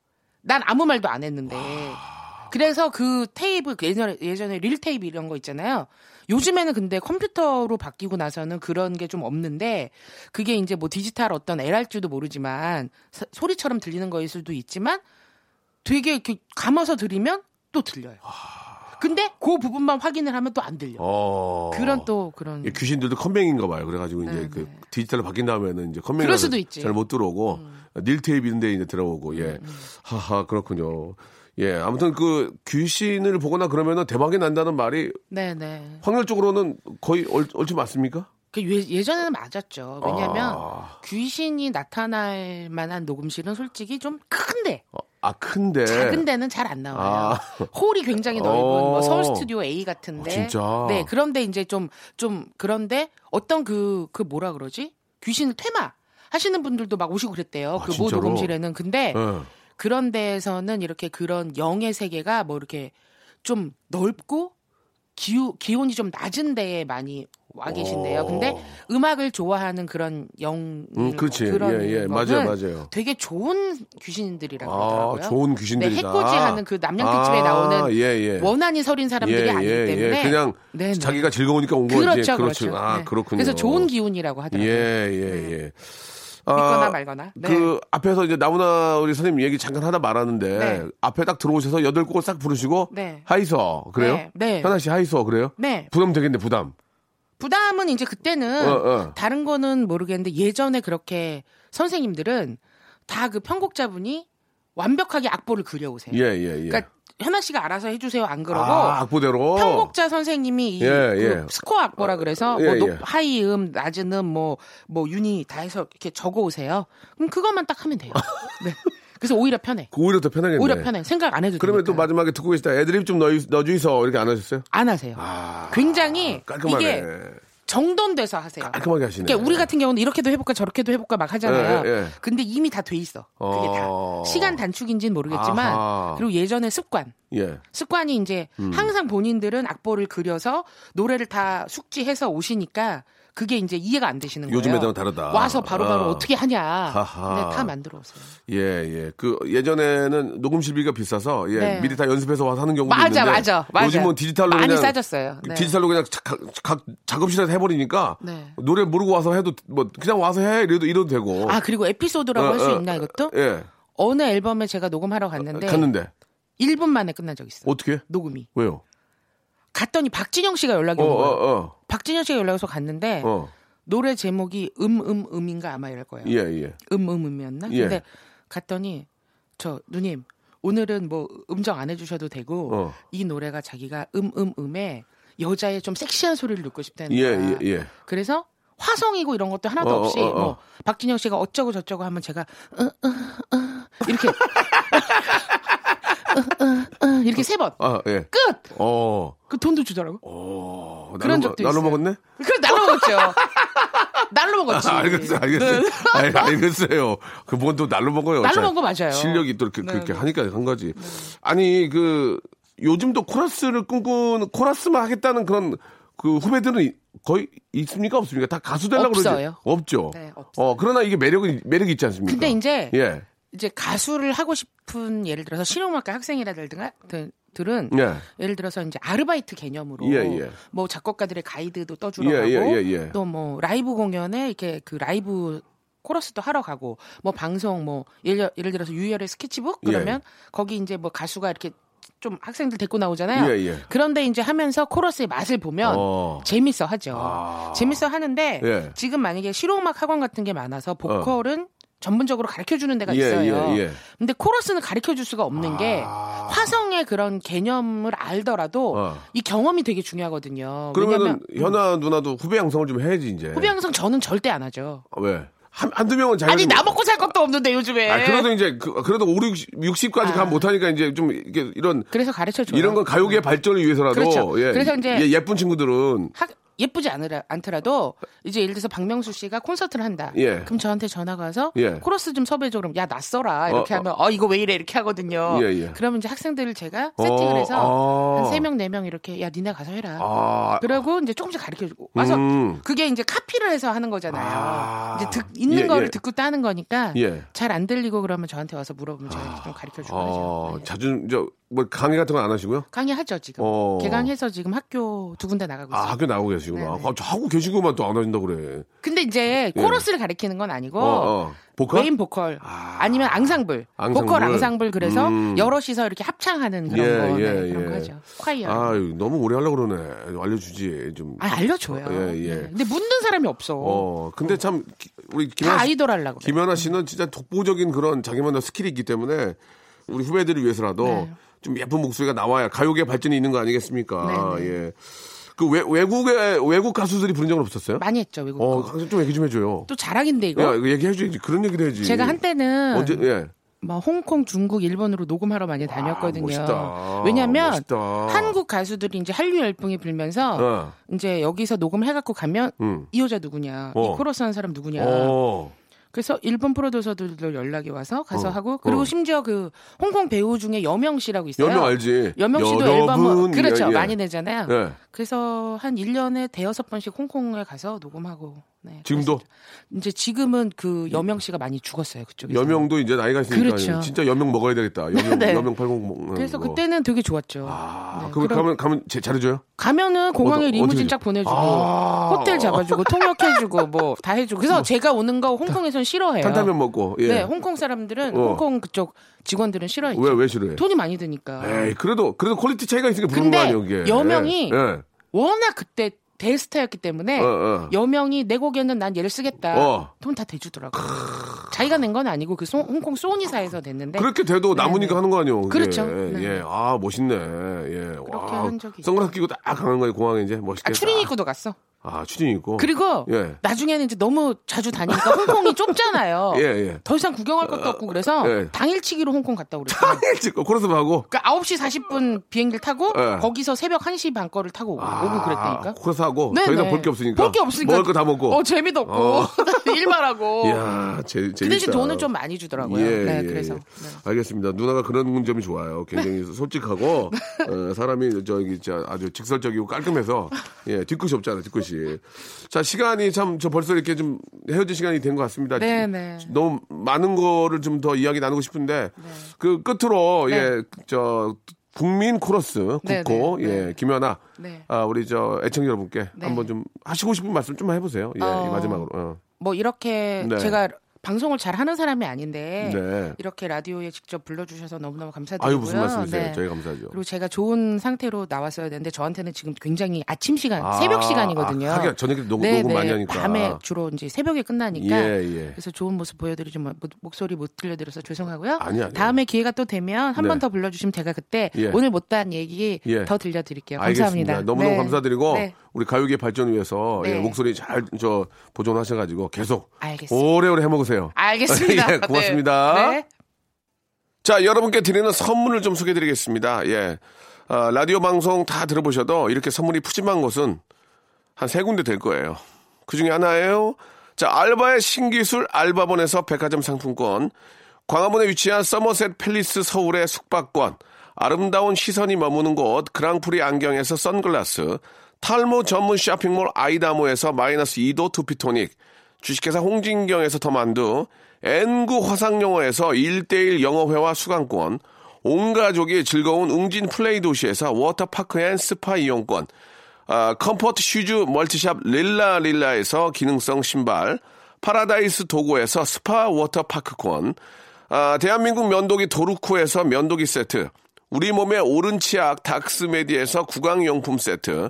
Speaker 5: 난 아무 말도 안 했는데.
Speaker 3: 아.
Speaker 5: 그래서 그 테이프 그 예전에 예전에 릴 테이프 이런 거 있잖아요. 요즘에는 근데 컴퓨터로 바뀌고 나서는 그런 게 좀 없는데 그게 이제 뭐 디지털 어떤 에랄지도 모르지만 사- 소리처럼 들리는 거일 수도 있지만 되게 이렇게 감아서 들으면 또 들려요. 근데 그 부분만 확인을 하면 또 안 들려.
Speaker 3: 아. 어.
Speaker 5: 그런 또 그런
Speaker 3: 이 귀신들도 컴맹인가 봐요. 그래가지고 이제 그 디지털로 바뀐 다음에는 이제 컴맹이
Speaker 5: 그럴 수도 있지. 음.
Speaker 3: 잘못 들어오고 닐 테이프인데 이제 들어오고 예 하하 그렇군요. 예 아무튼 그 귀신을 보거나 그러면은 대박이 난다는 말이
Speaker 5: 네네.
Speaker 3: 확률적으로는 거의 얼, 얼추 맞습니까?
Speaker 5: 그 예- 예전에는 맞았죠. 왜냐하면
Speaker 3: 아.
Speaker 5: 귀신이 나타날 만한 녹음실은 솔직히 좀 큰데
Speaker 3: 어, 아 큰데
Speaker 5: 작은 데는 잘 안
Speaker 3: 아.
Speaker 5: 나와요. 홀이 굉장히 넓은
Speaker 3: 어.
Speaker 5: 뭐 서울 스튜디오 A 같은데.
Speaker 3: 어, 진짜?
Speaker 5: 네 그런데 이제 좀 좀 그런데 어떤 그 그 뭐라 그러지 귀신 퇴마 하시는 분들도 막 오시고 그랬대요.
Speaker 3: 아,
Speaker 5: 그 모
Speaker 3: 진짜로?
Speaker 5: 녹음실에는 근데
Speaker 3: 예.
Speaker 5: 그런 데에서는 이렇게 그런 영의 세계가 뭐 이렇게 좀 넓고 기후, 기온이 좀 낮은 데에 많이
Speaker 3: 어.
Speaker 5: 와 계신데요. 근데 음악을 좋아하는 그런 영
Speaker 3: 음, 그렇지.
Speaker 5: 그런
Speaker 3: 예, 예.
Speaker 5: 거는
Speaker 3: 맞아요, 맞아요.
Speaker 5: 되게 좋은 귀신들이라고
Speaker 3: 아,
Speaker 5: 하더라고요.
Speaker 3: 좋은 귀신들이다.
Speaker 5: 네, 그러니까 해코지하는 그 남양특집에
Speaker 3: 아,
Speaker 5: 나오는
Speaker 3: 예, 예.
Speaker 5: 원한이 서린 사람들이
Speaker 3: 예,
Speaker 5: 아니기
Speaker 3: 예,
Speaker 5: 때문에
Speaker 3: 예. 그냥
Speaker 5: 네네.
Speaker 3: 자기가 즐거우니까 온 거지.
Speaker 5: 그렇죠, 그렇죠.
Speaker 3: 아,
Speaker 5: 네.
Speaker 3: 그렇군요.
Speaker 5: 그래서 좋은 기운이라고 하더라고요.
Speaker 3: 예, 예, 예. 아,
Speaker 5: 믿거나 말거나. 네.
Speaker 3: 그 앞에서 이제 나훈아 우리 선생님 얘기 잠깐 하다 말았는데
Speaker 5: 네.
Speaker 3: 앞에 딱 들어오셔서 여덟 곡을 싹 부르시고
Speaker 5: 네.
Speaker 3: 하이서 그래요?
Speaker 5: 네, 네.
Speaker 3: 현아 씨 하이서 그래요?
Speaker 5: 네.
Speaker 3: 부담 되겠네 부담.
Speaker 5: 부담은 이제 그때는
Speaker 3: 어, 어.
Speaker 5: 다른 거는 모르겠는데 예전에 그렇게 선생님들은 다 그 편곡자분이 완벽하게 악보를 그려오세요.
Speaker 3: 예, 예, 예.
Speaker 5: 그러니까 현아 씨가 알아서 해주세요 안 그러고
Speaker 3: 아, 악보대로.
Speaker 5: 편곡자 선생님이 이
Speaker 3: 예,
Speaker 5: 그
Speaker 3: 예.
Speaker 5: 스코어 악보라 그래서
Speaker 3: 예,
Speaker 5: 뭐 높-
Speaker 3: 예.
Speaker 5: 하이 음 낮은 음뭐뭐 윤이 다 해서 이렇게 적어 오세요. 그럼 그것만 딱 하면 돼요. 네. 그래서 오히려 편해.
Speaker 3: 그거 오히려 더 편하겠네.
Speaker 5: 오히려 편해. 생각 안 해도
Speaker 3: 그러면 또
Speaker 5: 되니까.
Speaker 3: 마지막에 듣고 계시다. 애드립 좀 넣어, 넣어주이소. 이렇게 안 하셨어요?
Speaker 5: 안 하세요. 굉장히
Speaker 3: 아, 깔끔하네.
Speaker 5: 아, 이게 정돈돼서 하세요.
Speaker 3: 깔끔하게 하시네.
Speaker 5: 그러니까 우리 같은 경우는 이렇게도 해볼까 저렇게도 해볼까 막 하잖아요.
Speaker 3: 예, 예, 예.
Speaker 5: 근데 이미 다 돼 있어. 그게
Speaker 3: 어.
Speaker 5: 다 시간 단축인지는 모르겠지만
Speaker 3: 아하. 음.
Speaker 5: 그리고 예전에 습관.
Speaker 3: 예.
Speaker 5: 습관이 이제 항상 본인들은 악보를 그려서 노래를 다 숙지해서 오시니까 그게 이제 이해가 안 되시는 거예요.
Speaker 3: 요즘에랑은 다르다.
Speaker 5: 와서 바로바로
Speaker 3: 아.
Speaker 5: 어떻게 하냐.
Speaker 3: 하하.
Speaker 5: 근데 다 만들어 오세요.
Speaker 3: 예, 예. 그 예전에는 녹음실비가 비싸서 예,
Speaker 5: 네.
Speaker 3: 미리 다 연습해서 와서 하는 경우도
Speaker 5: 맞아,
Speaker 3: 있는데
Speaker 5: 맞아, 맞아.
Speaker 3: 요즘은 디지털로
Speaker 5: 많이
Speaker 3: 그냥
Speaker 5: 싸졌어요. 네.
Speaker 3: 디지털로 그냥 자- 각, 각 작업실에서 해버리니까
Speaker 5: 네.
Speaker 3: 노래 모르고 와서 해도 뭐 그냥 와서 해 이래도 이래도 되고.
Speaker 5: 아 그리고 에피소드라고
Speaker 3: 어,
Speaker 5: 할 수
Speaker 3: 어,
Speaker 5: 있나 이것도?
Speaker 3: 예.
Speaker 5: 어느 앨범에 제가 녹음하러 갔는데
Speaker 3: 갔는데
Speaker 5: 1분 만에 끝난 적 있어요.
Speaker 3: 어떻게?
Speaker 5: 녹음이.
Speaker 3: 왜요?
Speaker 5: 갔더니 박진영 씨가 연락이
Speaker 3: 어,
Speaker 5: 온 거예요. 네.
Speaker 3: 어,
Speaker 5: 박진영 씨가 연락해서 갔는데
Speaker 3: 어, 어.
Speaker 5: 노래 제목이 음음 음인가 아마 이럴 거예요.
Speaker 3: 예, 예.
Speaker 5: 음음음이었나?
Speaker 3: 예.
Speaker 5: 근데 갔더니 저 누님 오늘은 뭐 음정 안 해주셔도 되고
Speaker 3: 어.
Speaker 5: 이 노래가 자기가 음음음에 여자의 좀 섹시한 소리를 넣고 싶다는
Speaker 3: 예,
Speaker 5: 거야.
Speaker 3: 예, 예.
Speaker 5: 그래서 화성이고 이런 것도 하나도
Speaker 3: 어, 어,
Speaker 5: 없이
Speaker 3: 어, 어.
Speaker 5: 뭐 박진영 씨가 어쩌고 저쩌고 하면 제가 으, 으, 으, 이렇게 어, 으, 으, 으, 어 이렇게 세 번.
Speaker 3: 아, 예.
Speaker 5: 끝!
Speaker 3: 어.
Speaker 5: 그 돈도 주더라고.
Speaker 3: 어.
Speaker 5: 그런
Speaker 3: 나눠-
Speaker 5: 적도
Speaker 3: 나눠
Speaker 5: 있어요.
Speaker 3: 먹었네?
Speaker 5: 그래 날로 먹었죠. 날로 먹었지.
Speaker 3: 아, 알겠어요, 알겠어요. 아니, 알겠어요. 그 뭔 또 날로 먹어요.
Speaker 5: 네. 날로
Speaker 3: 자,
Speaker 5: 먹어 맞아요.
Speaker 3: 실력이 또 이렇게, 그렇게
Speaker 5: 네.
Speaker 3: 하니까 한 거지. 아니, 그, 요즘도 코러스를 꿈꾼, 코러스만 하겠다는 그런 그 후배들은 이- 거의 있습니까? 없습니까? 다 가수 되려고
Speaker 5: 없어요.
Speaker 3: 그러지. 없죠.
Speaker 5: 네, 없어요.
Speaker 3: 어, 그러나 이게 매력이, 매력이 있지 않습니까?
Speaker 5: 근데 이제
Speaker 3: 예.
Speaker 5: 이제 가수를 하고 싶은 예를 들어서 실용음악과 학생이라든가들은
Speaker 3: 예.
Speaker 5: 예를 들어서 이제 아르바이트 개념으로
Speaker 3: 예, 예.
Speaker 5: 뭐 작곡가들의 가이드도 떠주러
Speaker 3: 예,
Speaker 5: 가고
Speaker 3: 예, 예, 예.
Speaker 5: 또 뭐 라이브 공연에 이렇게 그 라이브 코러스도 하러 가고 뭐 방송 뭐 예를, 예를 들어서 유열의 스케치북
Speaker 3: 예.
Speaker 5: 그러면 거기 이제 뭐 가수가 이렇게 좀 학생들 데리고 나오잖아요.
Speaker 3: 예, 예.
Speaker 5: 그런데 이제 하면서 코러스의 맛을 보면
Speaker 3: 어.
Speaker 5: 재밌어 하죠. 재밌어 하는데
Speaker 3: 예.
Speaker 5: 지금 만약에 실용음악 학원 같은 게 많아서 보컬은 전문적으로 가르쳐 주는 데가
Speaker 3: 예,
Speaker 5: 있어요.
Speaker 3: 예, 예.
Speaker 5: 근데 코러스는 가르쳐 줄 수가 없는 게 화성의 그런 개념을 알더라도
Speaker 3: 어.
Speaker 5: 이 경험이 되게 중요하거든요.
Speaker 3: 그러면은 예.
Speaker 5: 왜냐면
Speaker 3: 현아 누나도 후배 양성을 좀 해야지 이제.
Speaker 5: 음. 후배 양성 저는 절대 안 하죠.
Speaker 3: 아, 왜? 한, 한두 명은 자연히. 뭐-
Speaker 5: 아니 나 먹고 살 것도 없는데 요즘에.
Speaker 3: 아, 그래도 이제, 그, 그래도 5, 60, 60까지
Speaker 5: 아.
Speaker 3: 가면 못하니까 이제 좀, 이렇게, 이런,
Speaker 5: 그래서 가르쳐 줘요. 네.
Speaker 3: 이런 건 가요계의 발전을 위해서라도.
Speaker 5: 그렇죠.
Speaker 3: 예,
Speaker 5: 그래서 이제-
Speaker 3: 예, 예쁜 친구들은.
Speaker 5: 하- 예쁘지 않으라, 않더라도 이제 예를 들어서 박명수 씨가 콘서트를 한다.
Speaker 3: 예.
Speaker 5: 그럼 저한테 전화가 와서
Speaker 3: 예.
Speaker 5: 코러스 좀 섭외 좀 그럼 야 낯설아 이렇게
Speaker 3: 어, 어.
Speaker 5: 하면 어 이거 왜 이래 이렇게 하거든요.
Speaker 3: 예, 예.
Speaker 5: 그러면 이제 학생들을 제가 세팅을
Speaker 3: 어,
Speaker 5: 해서
Speaker 3: 아.
Speaker 5: 한 세 명 네 명 이렇게 야 니네 가서 해라.
Speaker 3: 아.
Speaker 5: 그러고 이제 조금씩 가르쳐 주고 와서
Speaker 3: 음.
Speaker 5: 그게 이제 카피를 해서 하는 거잖아요.
Speaker 3: 아.
Speaker 5: 이제 듣, 있는
Speaker 3: 예,
Speaker 5: 거를
Speaker 3: 예.
Speaker 5: 듣고 따는 거니까
Speaker 3: 예. 아.
Speaker 5: 잘 안 들리고 그러면 저한테 와서 물어보면 제가 좀 가르쳐 주고
Speaker 3: 어,
Speaker 5: 하죠. 네.
Speaker 3: 자주, 저, 뭐 강의 같은 건 안 하시고요?
Speaker 5: 강의하죠 지금
Speaker 3: 어.
Speaker 5: 개강해서 지금 학교 두 군데 나가고
Speaker 3: 아,
Speaker 5: 있어요.
Speaker 3: 학교 나오고 계시구나.
Speaker 5: 그렇죠. 네, 네.
Speaker 3: 아, 저 하고 계시고만 또 안 하신다 그래.
Speaker 5: 근데 이제 코러스를 가리키는 건 아니고
Speaker 3: 예. 어, 어. 보컬?
Speaker 5: 메인 보컬 아니면 앙상블.
Speaker 3: 앙상블.
Speaker 5: 보컬 앙상블 그래서
Speaker 3: 음.
Speaker 5: 여럿이서 이렇게 합창하는 그런
Speaker 3: 예,
Speaker 5: 거
Speaker 3: 예,
Speaker 5: 네, 그런 거
Speaker 3: 예.
Speaker 5: 하죠 콰이어 아,
Speaker 3: 아유, 너무 오래 하려고 그러네. 알려주지. 좀.
Speaker 5: 알려줘요
Speaker 3: 예, 예.
Speaker 5: 네. 근데 묻는 사람이 없어
Speaker 3: 어, 근데 참, 기- 우리
Speaker 5: 다
Speaker 3: 김현아 씨,
Speaker 5: 아이돌 하려고 그래.
Speaker 3: 김연아 씨는 진짜 독보적인 그런 자기만의 스킬이 있기 때문에 우리 후배들을 위해서라도
Speaker 5: 네.
Speaker 3: 좀 예쁜 목소리가 나와야 가요계 발전이 있는 거 아니겠습니까?
Speaker 5: 네, 네.
Speaker 3: 예. 그 외, 외국의 외국 가수들이 부른 적은 없었어요?
Speaker 5: 많이 했죠 외국
Speaker 3: 어,
Speaker 5: 거.
Speaker 3: 항상 좀 얘기 좀 해줘요.
Speaker 5: 그러니까. 또 자랑인데 이거
Speaker 3: 야, 이거 얘기해줘야지. 그런 얘기도 해야지.
Speaker 5: 제가 한때는
Speaker 3: 언제, 예. 아,
Speaker 5: 뭐 홍콩, 중국, 일본으로 녹음하러 많이 다녔거든요.
Speaker 3: 멋있다.
Speaker 5: 왜냐하면
Speaker 3: 멋있다.
Speaker 5: 한국 가수들이 이제 한류 열풍이 불면서
Speaker 3: 어.
Speaker 5: 이제 여기서 녹음해갖고 가면
Speaker 3: 음.
Speaker 5: 이 여자 누구냐,
Speaker 3: 어.
Speaker 5: 이 코러스 한 사람 누구냐.
Speaker 3: 어.
Speaker 5: 그래서 일본 프로듀서들도 연락이 와서 가서
Speaker 3: 어,
Speaker 5: 하고 그리고
Speaker 3: 어.
Speaker 5: 심지어 그 홍콩 배우 중에 여명 씨라고 있어요.
Speaker 3: 여명 알지?
Speaker 5: 여명 씨도 앨범을 그렇죠 많이 내잖아요.
Speaker 3: 예.
Speaker 5: 그래서 한 1년에 대여섯 번씩 홍콩에 가서 녹음하고 네,
Speaker 3: 지금도
Speaker 5: 그랬습니다. 이제 지금은 그 여명 씨가 많이 죽었어요 그쪽에서.
Speaker 3: 네. 여명도 이제 나이가 있으니까
Speaker 5: 그렇죠.
Speaker 3: 진짜 여명 먹어야 되겠다. 여명
Speaker 5: 네.
Speaker 3: 여명 80 먹는
Speaker 5: 그래서
Speaker 3: 거.
Speaker 5: 그때는 되게 좋았죠.
Speaker 3: 뭐. 아,
Speaker 5: 네,
Speaker 3: 그럼
Speaker 5: 그럼-
Speaker 3: 가면 가면 제, 잘해줘요?
Speaker 5: 가면은 공항에
Speaker 3: 어디-
Speaker 5: 리무진
Speaker 3: 어디-
Speaker 5: 쫙 보내주고
Speaker 3: 아.
Speaker 5: 호텔 잡아주고 통역해주고 뭐 다 해주고 그래서 제가 오는 거 홍콩에선 싫어해요.
Speaker 3: 탄탄면 먹고. 예.
Speaker 5: 네, 홍콩 사람들은
Speaker 3: 어.
Speaker 5: 홍콩 그쪽 직원들은 싫어했죠.
Speaker 3: 왜 예. 왜 싫어해?
Speaker 5: 돈이 많이 드니까.
Speaker 3: 에이, 그래도 그래도 퀄리티 차이가 있으니까 부른 거
Speaker 5: 근데
Speaker 3: 아니에요, 이게.
Speaker 5: 여명이-
Speaker 3: 예. 예.
Speaker 5: 워낙 그때 대스타였기 때문에
Speaker 3: 어, 어.
Speaker 5: 여명이 내 곡에는 난 얘를 쓰겠다.
Speaker 3: 어.
Speaker 5: 돈 다 대주더라고. 요 자기가 낸 건 아니고 그 소- 홍콩 소니사에서 냈는데
Speaker 3: 그렇게 돼도 남으니까 하는 거 아니에요. 그게.
Speaker 5: 네. 그렇죠.
Speaker 3: 예.
Speaker 5: 네.
Speaker 3: 예. 아, 멋있네. 예. 와.
Speaker 5: 한 적이 있죠.
Speaker 3: 선글라스 끼고 딱 가는 거예요, 공항에 이제. 멋있겠다.
Speaker 5: 아, 추리닝 입고도 갔어.
Speaker 3: 아, 추린 있고.
Speaker 5: 그리고
Speaker 3: 예.
Speaker 5: 나중에는 이제 너무 자주 다니니까 홍콩이 좁잖아요.
Speaker 3: 예, 예.
Speaker 5: 더 이상 구경할 것도 없고 그래서
Speaker 3: 예.
Speaker 5: 당일치기로 홍콩 갔다 오랬어요.
Speaker 3: 찍고 코러스만 하고
Speaker 5: 그러니까 9시 40분 비행기를 타고
Speaker 3: 예.
Speaker 5: 거기서 새벽 1시 반 거를 타고 오고, 오고 그랬다니까.
Speaker 3: 아, 코러스 하고
Speaker 5: 네네.
Speaker 3: 더 이상 볼 게 없으니까.
Speaker 5: 볼게 없으니까.
Speaker 3: 먹을 거 다 먹고.
Speaker 5: 어, 재미도 없고.
Speaker 3: 어.
Speaker 5: 일만 하고.
Speaker 3: 이야, 제, 재밌다.
Speaker 5: 그 대신 돈은 좀 많이 주더라고요.
Speaker 3: 예,
Speaker 5: 네,
Speaker 3: 예,
Speaker 5: 그래서.
Speaker 3: 예.
Speaker 5: 네.
Speaker 3: 알겠습니다. 누나가 그런 점이 좋아요. 굉장히 솔직하고 어, 사람이 저기 진짜 아주 직설적이고 깔끔해서 예 뒤끝이 없잖아요. 뒤끝이. 자 시간이 참 저 벌써 이렇게 좀 헤어질 시간이 된 것 같습니다.
Speaker 5: 네,
Speaker 3: 지-
Speaker 5: 네.
Speaker 3: 너무 많은 거를 좀 더 이야기 나누고 싶은데 그 끝으로
Speaker 5: 네.
Speaker 3: 예저 국민 코러스
Speaker 5: 네,
Speaker 3: 국호
Speaker 5: 네, 네.
Speaker 3: 예 김연아
Speaker 5: 네.
Speaker 3: 아 우리 저 애청 자 여러분께
Speaker 5: 네.
Speaker 3: 한번 좀 하시고 싶은 말씀 좀 해보세요. 예
Speaker 5: 어.
Speaker 3: 이 마지막으로. 어.
Speaker 5: 뭐 이렇게
Speaker 3: 네.
Speaker 5: 제가 방송을 잘 하는 사람이 아닌데
Speaker 3: 네.
Speaker 5: 이렇게 라디오에 직접 불러주셔서 너무너무 감사드리고요.
Speaker 3: 아유 무슨 말씀이세요?
Speaker 5: 네.
Speaker 3: 저희 감사하죠.
Speaker 5: 그리고 제가 좋은 상태로 나왔어야 되는데 저한테는 지금 굉장히 아침 시간,
Speaker 3: 아,
Speaker 5: 새벽 시간이거든요. 네,
Speaker 3: 아, 하긴 저녁에 녹- 녹음 많이 하니까.
Speaker 5: 밤에 주로 이제 새벽에 끝나니까.
Speaker 3: 예, 예.
Speaker 5: 그래서 좋은 모습 보여드리지 못- 목소리 못 들려드려서 죄송하고요.
Speaker 3: 아니, 아니요.
Speaker 5: 다음에 기회가 또 되면 한 번
Speaker 3: 네.
Speaker 5: 더 불러주시면 제가 그때
Speaker 3: 예.
Speaker 5: 오늘 못한 얘기
Speaker 3: 예.
Speaker 5: 더 들려드릴게요. 감사합니다.
Speaker 3: 알겠습니다. 너무너무
Speaker 5: 네.
Speaker 3: 감사드리고
Speaker 5: 네.
Speaker 3: 우리 가요계 발전을 위해서
Speaker 5: 네.
Speaker 3: 예, 목소리 잘 저 보존하셔가지고 계속
Speaker 5: 알겠습니다.
Speaker 3: 오래오래 해먹으세요.
Speaker 5: 알겠습니다.
Speaker 3: 예, 고맙습니다.
Speaker 5: 네. 네.
Speaker 3: 자, 여러분께 드리는 선물을 좀 소개해드리겠습니다. 예, 아, 라디오 방송 다 들어보셔도 이렇게 선물이 푸짐한 것은 한 세 군데 될 거예요. 그 중에 하나예요. 자, 알바의 신기술 알바본에서 백화점 상품권, 광화문에 위치한 서머셋 팰리스 서울의 숙박권, 아름다운 시선이 머무는 곳 그랑프리 안경에서 선글라스, 탈모 전문 쇼핑몰 아이다모에서 마이너스 2도 투피토닉, 주식회사 홍진경에서 더만두, N구 화상영어에서 1대1 영어회화 수강권, 온 가족이 즐거운 웅진 플레이 도시에서 워터파크 앤 스파 이용권, 아, 컴포트 슈즈 멀티샵 릴라 릴라에서 기능성 신발, 파라다이스 도고에서 스파 워터파크권, 아, 대한민국 면도기 도루코에서 면도기 세트, 우리 몸의 오른 치약 닥스메디에서 구강용품 세트,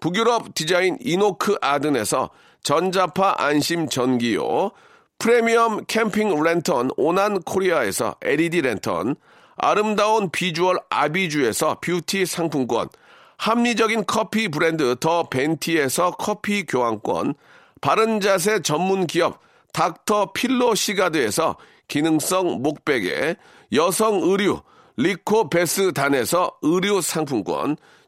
Speaker 3: 북유럽 디자인 이노크 아든에서 전자파 안심 전기요, 프리미엄 캠핑 랜턴 오난 코리아에서 LED 랜턴, 아름다운 비주얼 아비주에서 뷰티 상품권, 합리적인 커피 브랜드 더 벤티에서 커피 교환권, 바른 자세 전문 기업 닥터 필로 시가드에서 기능성 목베개, 여성 의류 리코 베스단에서 의류 상품권,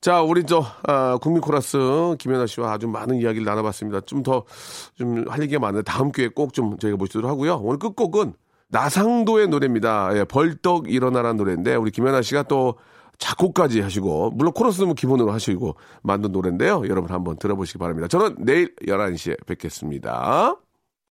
Speaker 3: 자, 우리 저 아, 국민 코러스 김연아 씨와 아주 많은 이야기를 나눠봤습니다. 좀 더 좀 할 얘기가 많은데 다음 기회에 꼭 좀 저희가 모시도록 하고요. 오늘 끝곡은 나상도의 노래입니다. 예, 벌떡 일어나라는 노래인데 우리 김연아 씨가 또 작곡까지 하시고 물론 코러스는 뭐 기본으로 하시고 만든 노래인데요. 여러분 한번 들어보시기 바랍니다. 저는 내일 11시에 뵙겠습니다.